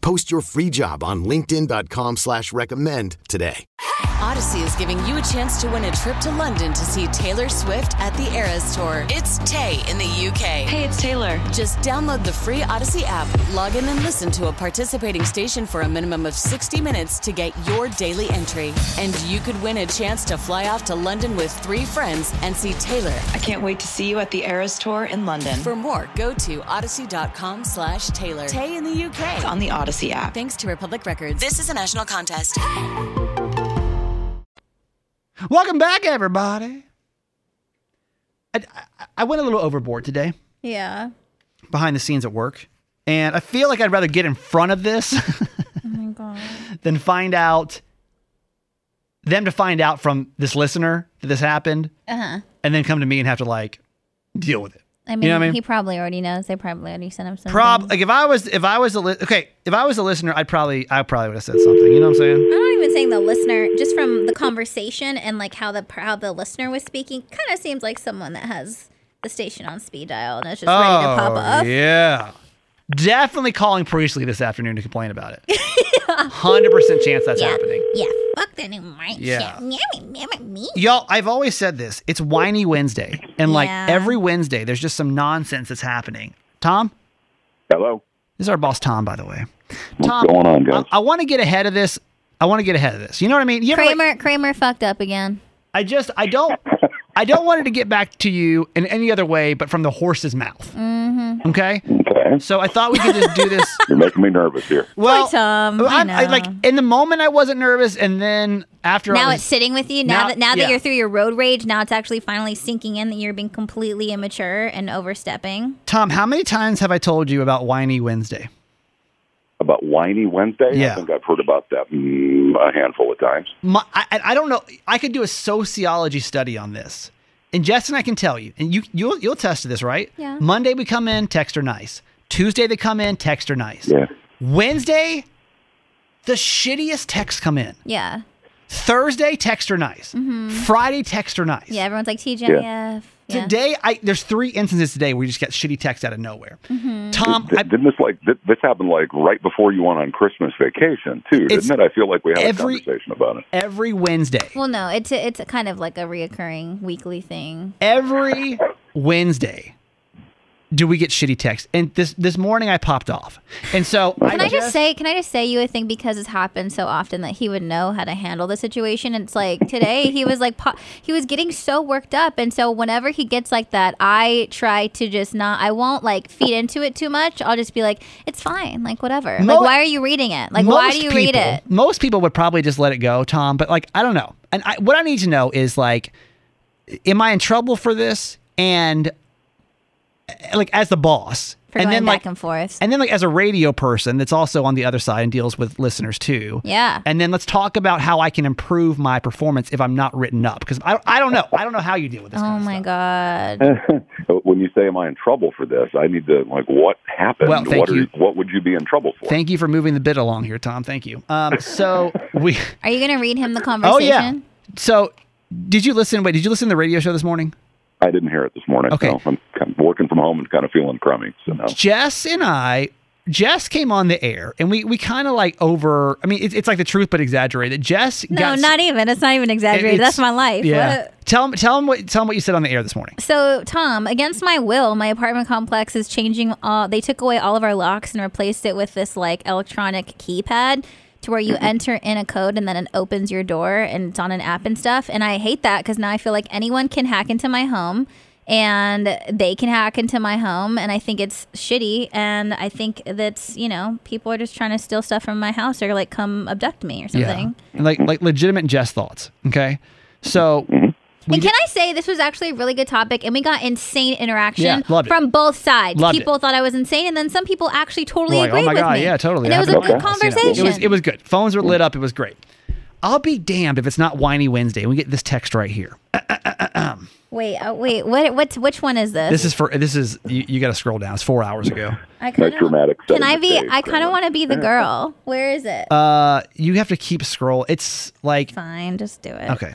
Post your free job on linkedin.com slash recommend today. Odyssey is giving you a chance to win a trip to London to see Taylor Swift at the Eras Tour. It's Tay in the UK. Hey, it's Taylor. Just download the free Odyssey app, log in and listen to a participating station for a minimum of 60 minutes to get your daily entry. And you could win a chance to fly off to London with three friends and see Taylor. I can't wait to see you at the Eras Tour in London. For more, go to odyssey.com slash Taylor. Tay in the UK. It's on the Odyssey app. Thanks to Republic Records. This is a national contest. Welcome back, everybody. I, I, I went a little overboard today, Yeah. behind the scenes at work, and I feel like I'd rather get in front of this Oh my god. than find out them to find out from this listener that this happened, Uh huh. and then come to me and have to like deal with it. I mean, know what I mean? he probably already knows. They probably already sent him something. Prob like if I was if I was a li- okay if I was a listener, I'd probably I probably would have said something. You know what I'm saying? I'm not even saying the listener, just from the conversation and like how the how the listener was speaking, kind of seems like someone that has the station on speed dial and is just ready to pop up. Oh, yeah, definitely calling Priestley this afternoon to complain about it. Hundred percent chance that's happening. Yeah, fuck the new mic. Yeah. shit. Yummy, yummy, me. Y'all, I've always said this. It's whiny Wednesday. And like Yeah. every Wednesday, there's just some nonsense that's happening. Tom? Hello. This is our boss, Tom, by the way. What's Tom, going on, guys? I, want to get ahead of this. I want to get ahead of this. You know what I mean? You ever, like- Kramer, Kramer fucked up again. I just, I don't, I don't want it to get back to you in any other way but from the horse's mouth. Mm-hmm. Okay? Okay. So I thought we could just do this. You're making me nervous here. Well, Tom, I I'm- I, like know. in the moment I wasn't nervous, and then after Now I it's was, sitting with you. Now, Now- that now yeah. that you're through your road rage, now it's actually finally sinking in that you're being completely immature and overstepping. Tom, how many times have I told you about whiny Wednesday? About Whiny Wednesday? Yeah. I think I've heard about that mm, a handful of times. my, I, I don't know. I could do a sociology study on this, and Justin, I can tell you, and you you'll you'll test to this, right? Yeah. Monday we come in, text her nice. Tuesday they come in, text her nice. Yeah. Wednesday, the shittiest texts come in. Yeah, Thursday, text her nice. Friday, text her nice. Mm-hmm. yeah. Everyone's like TGIF. Yeah. Today, I there's three instances today where you just got shitty text out of nowhere. Mm-hmm. Tom, Th- I, didn't this like th- this happened like right before you went on Christmas vacation too? It's Didn't it? I feel like we had every- a conversation about it. every Wednesday, Well, no, it's a, it's a kind of like a reoccurring weekly thing. every Wednesday do we get shitty texts. And this this morning I popped off. And so Can I just say? Can I just say you a thing because it's happened so often that he would know how to handle the situation. It's like today he was like po- he was getting so worked up, and so whenever he gets like that, I try to just not. I won't like feed into it too much. I'll just be like, it's fine, like whatever. Mo- like why are you reading it? Like why do you read people- it? Most people would probably just let it go, Tom, but like I don't know. And I, what I need to know is like am I in trouble for this and uh, like as the boss For and going then back like and forth. and then like as a radio person that's also on the other side and deals with listeners too. yeah. And then let's talk about how I can improve my performance if I'm not written up because I, I don't know. I don't know how you deal with this. Oh kind of my stuff. god. When you say, "Am I in trouble for this?" I need to like, what happened? Well, thank what you. what would you be in trouble for? Thank you for moving the bit along here, Tom. Thank you. Um, so we. Are you gonna read him the Oh yeah. conversation? So did you listen? Wait, did you listen to the radio show this morning? I didn't hear it this morning. Okay. so I'm kind of working from home and kind of feeling crummy. So no. Jess and I. Jess came on the air, and we we kind of like over. I mean, it's, it's like the truth, but exaggerated. Jess. No, got, not even. It's not even exaggerated. it's- That's my life. Yeah. What? Tell him. Tell him what. Tell him what you said on the air this morning. So, Tom, against my will, my apartment complex is changing. All, they took away all of our locks and replaced it with this like electronic keypad to where you enter in a code and then it opens your door and it's on an app and stuff. And I hate that because now I feel like anyone can hack into my home and they can hack into my home and i think it's shitty and i think that's you know people are just trying to steal stuff from my house or like come abduct me or something And like like legitimate Jess thoughts. Okay. So we and did- can I say this was actually a really good topic, and we got insane interaction Yeah, loved it. from both sides. Loved people it. thought I was insane, and then some people actually totally like, agreed oh my with god, me. yeah, totally. And it That was a good happened to us, you know. conversation. It was, it was good. Phones were lit up. It was great. I'll be damned if it's not Whiny Wednesday. We get this text right here. wait, uh, wait, what? What's which one is this? This is for this is you, you got to scroll down. It's four hours ago. I kinda, That's dramatic Can setting I the be? stage, I kind of Grandma. want to be the girl. Where is it? Uh, you have to keep scroll. It's like Fine, just do it. okay.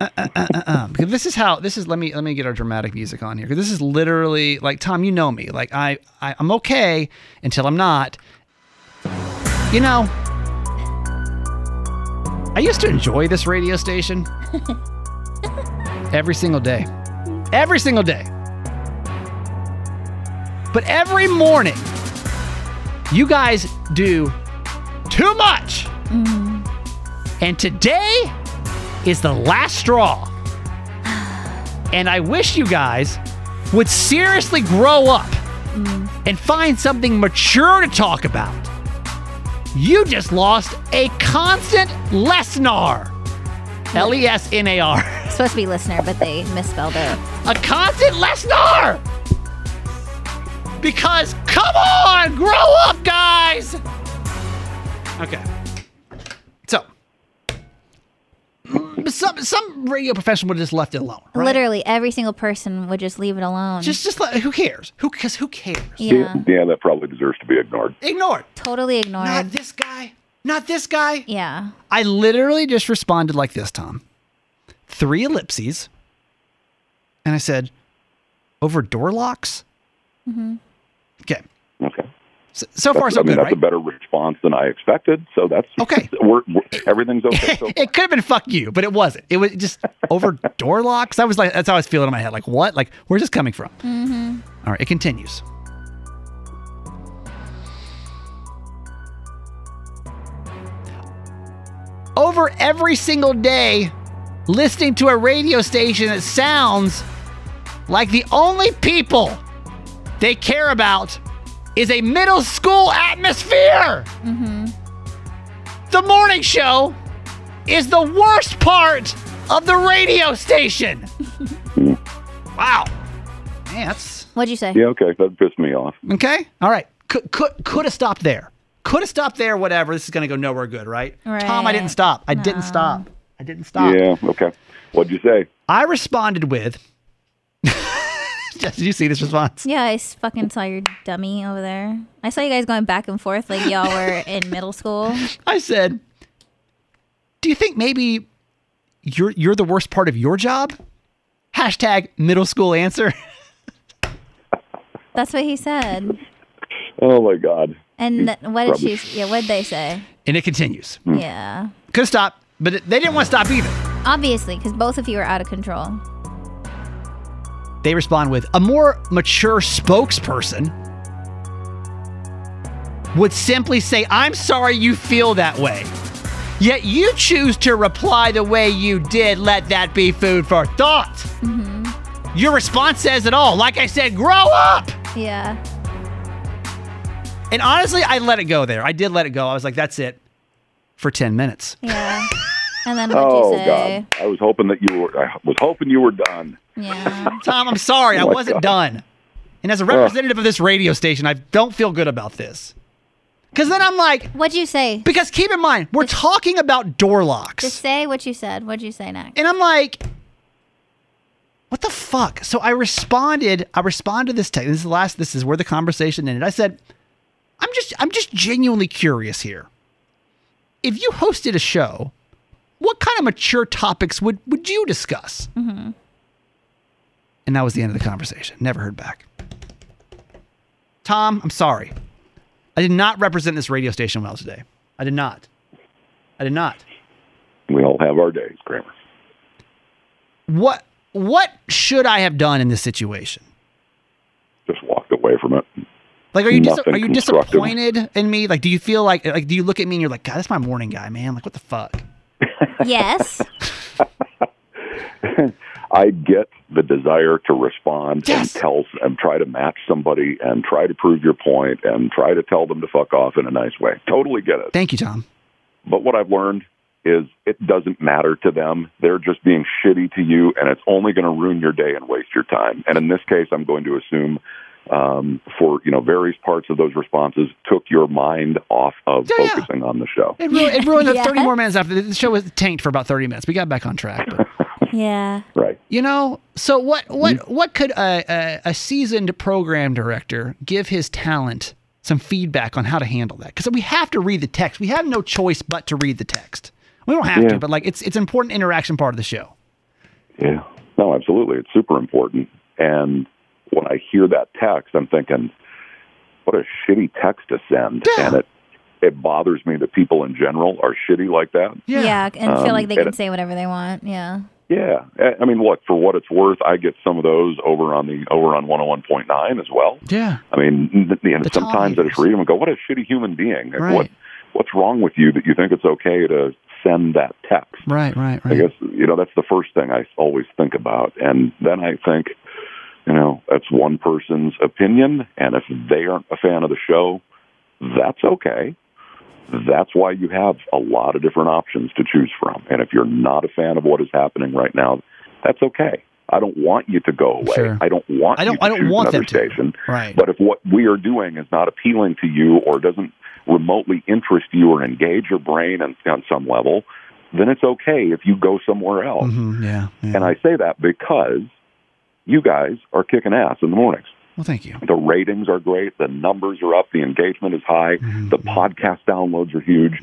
Uh, uh, uh, uh, um, 'cause this is how this is. Let me let me get our dramatic music on here. 'Cause This is literally like Tom. You know me. Like I, I I'm okay until I'm not. You know, I used to enjoy this radio station every single day, every single day. But every morning, you guys do too much. And today is the last straw. And I wish you guys would seriously grow up and find something mature to talk about. You just lost a constant E Lesnar. L E S N A R. It's supposed to be listener, but they misspelled it. A constant Lesnar! Because, come on, grow up, guys! Okay. So, mm, some, some radio professional would have just left it alone. Right? Literally, every single person would just leave it alone. Just, just let, who cares? Who, cause who cares? yeah, Dan, Dan, that probably deserves to be ignored. Ignored. totally ignored. Not this guy. Not this guy. yeah, I literally just responded like this, Tom. Three ellipses. And I said, over door locks? Mm-hmm. Okay. Okay. So, so far, That's- so I mean, good, that's right? a better response than I expected. So that's Okay. We're, we're, everything's okay. So far. it could have been fuck you, but it wasn't. It was just over door locks. I was like, that's how I was feeling in my head. Like, what? Like, where's this coming from? Mm-hmm. right, it continues. Over every single day, listening to a radio station that sounds like the only people they care about is a middle school atmosphere. The morning show is the worst part of the radio station. wow. Man, that's what'd you say? yeah, okay. That pissed me off. okay. All right. Could could could have stopped there. Could have stopped there. Whatever. This is gonna go nowhere good, right? Tom, I didn't Right. stop. I didn't stop. I didn't stop. Yeah, okay. What'd you say? I responded with. Jess, Did you see this response? Yeah, I s- fucking saw your dummy over there. I saw you guys going back and forth like y'all were in middle school. I said, "Do you think maybe you're you're the worst part of your job?" Hashtag middle school answer. That's what he said. Oh, my God. And th- what did probably- she? Yeah, what did they say? And it continues. Hmm. Yeah, Could have stopped, but it- they didn't want to stop either. obviously, because both of you are out of control. They respond with a more mature spokesperson would simply say, I'm sorry you feel that way. Yet you choose to reply the way you did. Let that be food for thought. Your response says it all. Like I said, grow up. Yeah, And honestly, I let it go there. I did let it go. I was like, that's it for 10 minutes. yeah. And then what'd Oh, you say? God. I was hoping that you were, I was hoping you were done. Yeah, Tom, I'm sorry. I Oh my wasn't God. done. And as a representative of this radio station, I don't feel good about this. Because then I'm like, what'd you say? because keep in mind, we're talking about door Just locks. say what you said. What'd you say next? And I'm like, what the fuck? So I responded, I responded to this text. This is the last, this is where the conversation ended. I said, I'm just, I'm just genuinely curious here. If you hosted a show, what kind of mature topics would, would you discuss? And that was the end of the conversation. Never heard back. Tom, I'm sorry. I did not represent this radio station well today. I did not. I did not. We all have our days, Grammar. what what should I have done in this situation? Just walked away from it. Like, are you dis- Nothing are you constructive. disappointed in me? Like, do you feel like like do you look at me and you're like, God, that's my morning guy, man. Like, what the fuck? yes. I get the desire to respond Yes. and tell and try to match somebody and try to prove your point and try to tell them to fuck off in a nice way. Totally get it. Thank you, Tom. But what I've learned is it doesn't matter to them. They're just being shitty to you, and it's only going to ruin your day and waste your time. And in this case, I'm going to assume um, for you know various parts of those responses took your mind off of Yeah, yeah. focusing on the show. It, ru- it ruined Yeah. 30 more minutes after the show was tanked for about 30 minutes. We got back on track. But, Yeah. Right. you know, so what what what could a, a, a seasoned program director give his talent some feedback on how to handle that? Because we have to read the text. We have no choice but to read the text. We don't have to, Yeah. but like it's it's an important interaction part of the show. Yeah. No, absolutely. It's super important. And when I hear that text, I'm thinking, what a shitty text to send. Yeah. And it it bothers me that people in general are shitty like that. Yeah. and feel Um, like they and can it- say whatever they want. Yeah. Yeah, I I mean, look for what it's worth. I get some of those over on the over on one hundred one point nine as well. Yeah. I mean, n- n- and The Tom sometimes I just haters. read them and go, "What a shitty human being! Like, Right. What what's wrong with you that you think it's okay to send that text?" Right, right, I right. guess you know that's the first thing I always think about, and then I think, you know, that's one person's opinion, and if they aren't a fan of the show, that's okay. That's why you have a lot of different options to choose from, and if you're not a fan of what is happening right now, that's okay. I don't want you to go away. Sure. I don't want. I don't- You to I don't choose want another them to. station. Right. But if what we are doing is not appealing to you or doesn't remotely interest you or engage your brain on, on some level, then it's okay if you go somewhere else. Mhm, yeah, yeah. And I say that because you guys are kicking ass in the mornings. well, thank you. The ratings are great. The numbers are up. The engagement is high. Mm-hmm. The podcast downloads are huge.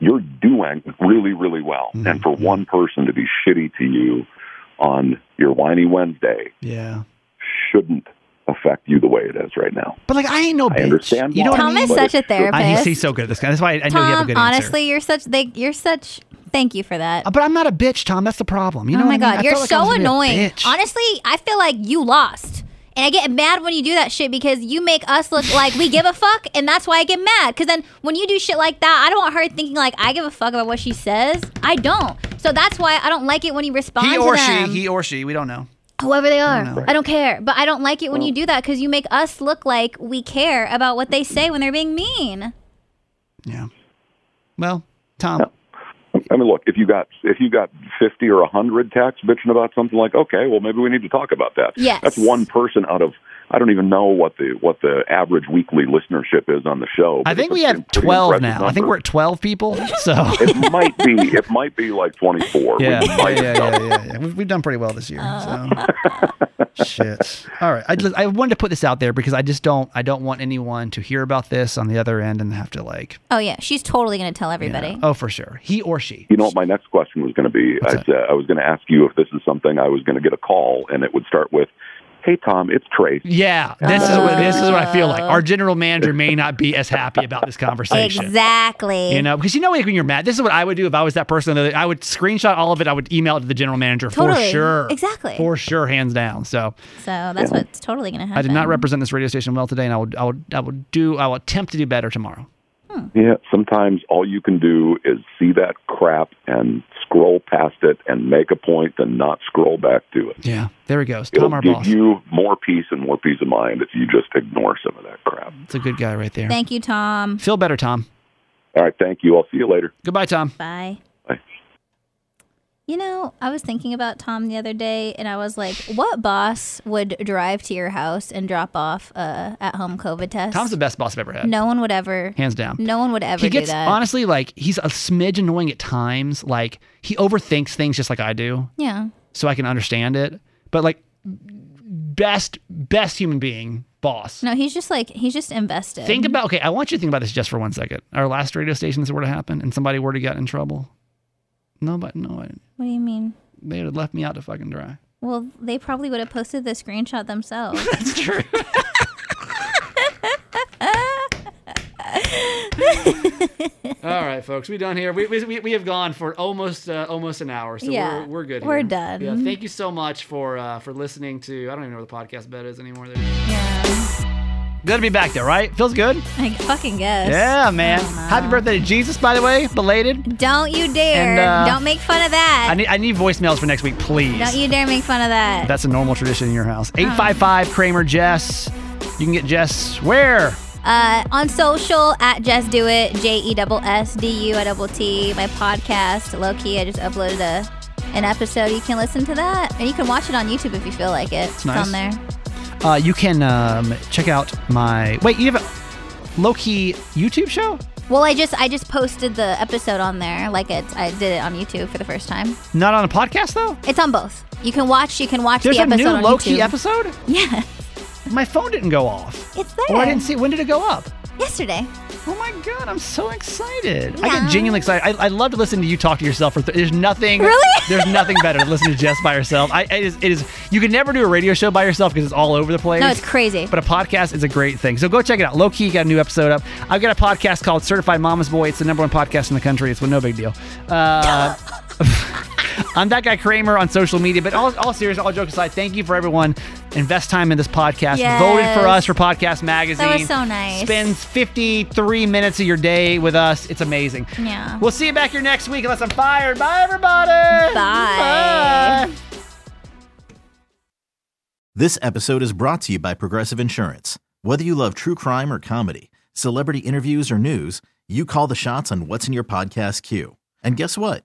You're doing really, really well. Mm-hmm. And for one person to be shitty to you on your whiny Wednesday Yeah. shouldn't affect you the way it is right now. But like I ain't no bitch. understand You know why. what I Tom mean? is such a I, therapist. he's, he's so good at this guy. That's why I, I know you have a Tom, good answer. honestly, you're such they you're such thank you for that. Uh, But I'm not a bitch, Tom. That's the problem. You know oh what my I mean? I god, you're felt like I so was gonna be a annoying. bitch. Honestly, I feel like you lost. And I get mad when you do that shit because you make us look like we give a fuck, and that's why I get mad. Because then when you do shit like that, I don't want her thinking like I give a fuck about what she says. I don't. So that's why I don't like it when you respond he to or them. she, he or she, we don't know. whoever they are. I don't care. But I don't like it when you do that because you make us look like we care about what they say when they're being mean. Yeah. Well, Tom, I mean, look, if you got if you got fifty or a hundred tax bitching about something, like okay, well maybe we need to talk about that. Yes. that's one person out of I don't even know what the what the average weekly listenership is on the show. I but think it's a we have pretty 12 impressive now. I think number. we're at 12 people. So It might be it might be like twenty four. yeah, yeah, yeah, yeah, yeah, yeah. We've, we've done pretty well this year. Uh. So shit. All right, I, just- I wanted to put this out there because I just don't I don't want anyone to hear about this on the other end and have to like. Oh yeah, she's totally gonna tell you know- everybody. oh, for sure, he or she. You know what my next question was going to be? I, said, I was going to ask you if this is something I was going to get a call, and it would start with, "Hey Tom, it's Trace." Yeah, this is what this is what I feel like. Our general manager may not be as happy about this conversation. Oh. Exactly. You know, because you know, like when you're mad, this is what I would do if I was that person. I would screenshot all of it. I would email it to the general manager Totally. for sure. Exactly. For sure, hands down. So So that's what's totally gonna happen. I did not represent this radio station well today, and I will, I will, I will do, I will attempt to do better tomorrow. Yeah, sometimes all you can do is see that crap and scroll past it and make a point and not scroll back to it. Yeah. There he goes. It'll Tom, our give boss. you more peace and more peace of mind if you just ignore some of that crap. It's a good guy right there. Thank you, Tom. Feel better, Tom. All right, thank you. I'll see you later. Goodbye, Tom. Bye. Bye. You know, I was thinking about Tom the other day, and I was like, "What boss would drive to your house and drop off a at-home COVID test?" Tom's the best boss I've ever had. no one would ever. Hands down. No one would ever he gets do that. honestly like he's a smidge annoying at times. Like he overthinks things just like I do. yeah. so I can understand it. But like best best human being boss. No, he's just like he's just invested. Think about okay, I want you to think about this just for one second. Our last radio station this were to happen and somebody were to get in trouble. Nobody no I- what do you mean? they would have left me out to fucking dry. Well, they probably would have posted the screenshot themselves. That's true. All right, folks, we done here. We, we, we have gone for almost uh, almost an hour, so Yeah, we're, we're good. we're here. done. Yeah, thank you so much for uh, for listening to. I don't even know where the podcast bed is anymore. There. yeah. Good to be back there, right? Feels good? I fucking guess. Yeah, man. Happy birthday to Jesus, by the way. Belated. Don't you dare. And, uh, Don't make fun of that. I need I need voicemails for next week, please. Don't you Oh. dare make fun of that. That's a normal tradition in your house. 855 Kramer Jess. You can get Jess where? Uh, on social at Just Do It, J E double S D U I double T. My podcast, Low Key. I just uploaded a an episode. You can listen to that, and you can watch it on YouTube if you feel like it. It's, nice. on there. Uh, you can um, check out my. Wait, you have a low key YouTube show? Well, I just I just posted the episode on there, like it. I did it on YouTube for the first time. Not on a podcast, though? It's on both. You can watch. You can watch There's the a episode new on low YouTube. key episode? Yeah, My phone didn't go off. it's there. Or I didn't see. When did it go up? Yesterday. Oh my God, I'm so excited. I Yeah. get genuinely excited. I, I love to listen to you talk to yourself. For th- there's nothing. Really? There's nothing better than listen to Jess by herself. I, it, is, it is. You can never do a radio show by yourself because it's all over the place. No, it's crazy. But a podcast is a great thing. So go check it out. Low key got a new episode up. I've got a podcast called Certified Mama's Boy. It's the number one podcast in the country. It's no big deal. Uh, I'm that guy Kramer on social media. But all, all serious, all jokes aside, thank you for everyone. Invest time in this podcast. Yes. Voted for us for Podcast Magazine. so nice. Spends 53 minutes of your day with us. It's amazing. Yeah. We'll see you back here next week unless I'm fired. Bye, everybody. Bye. Bye. This episode is brought to you by Progressive Insurance. Whether you love true crime or comedy, celebrity interviews or news, you call the shots on what's in your podcast queue. And guess what?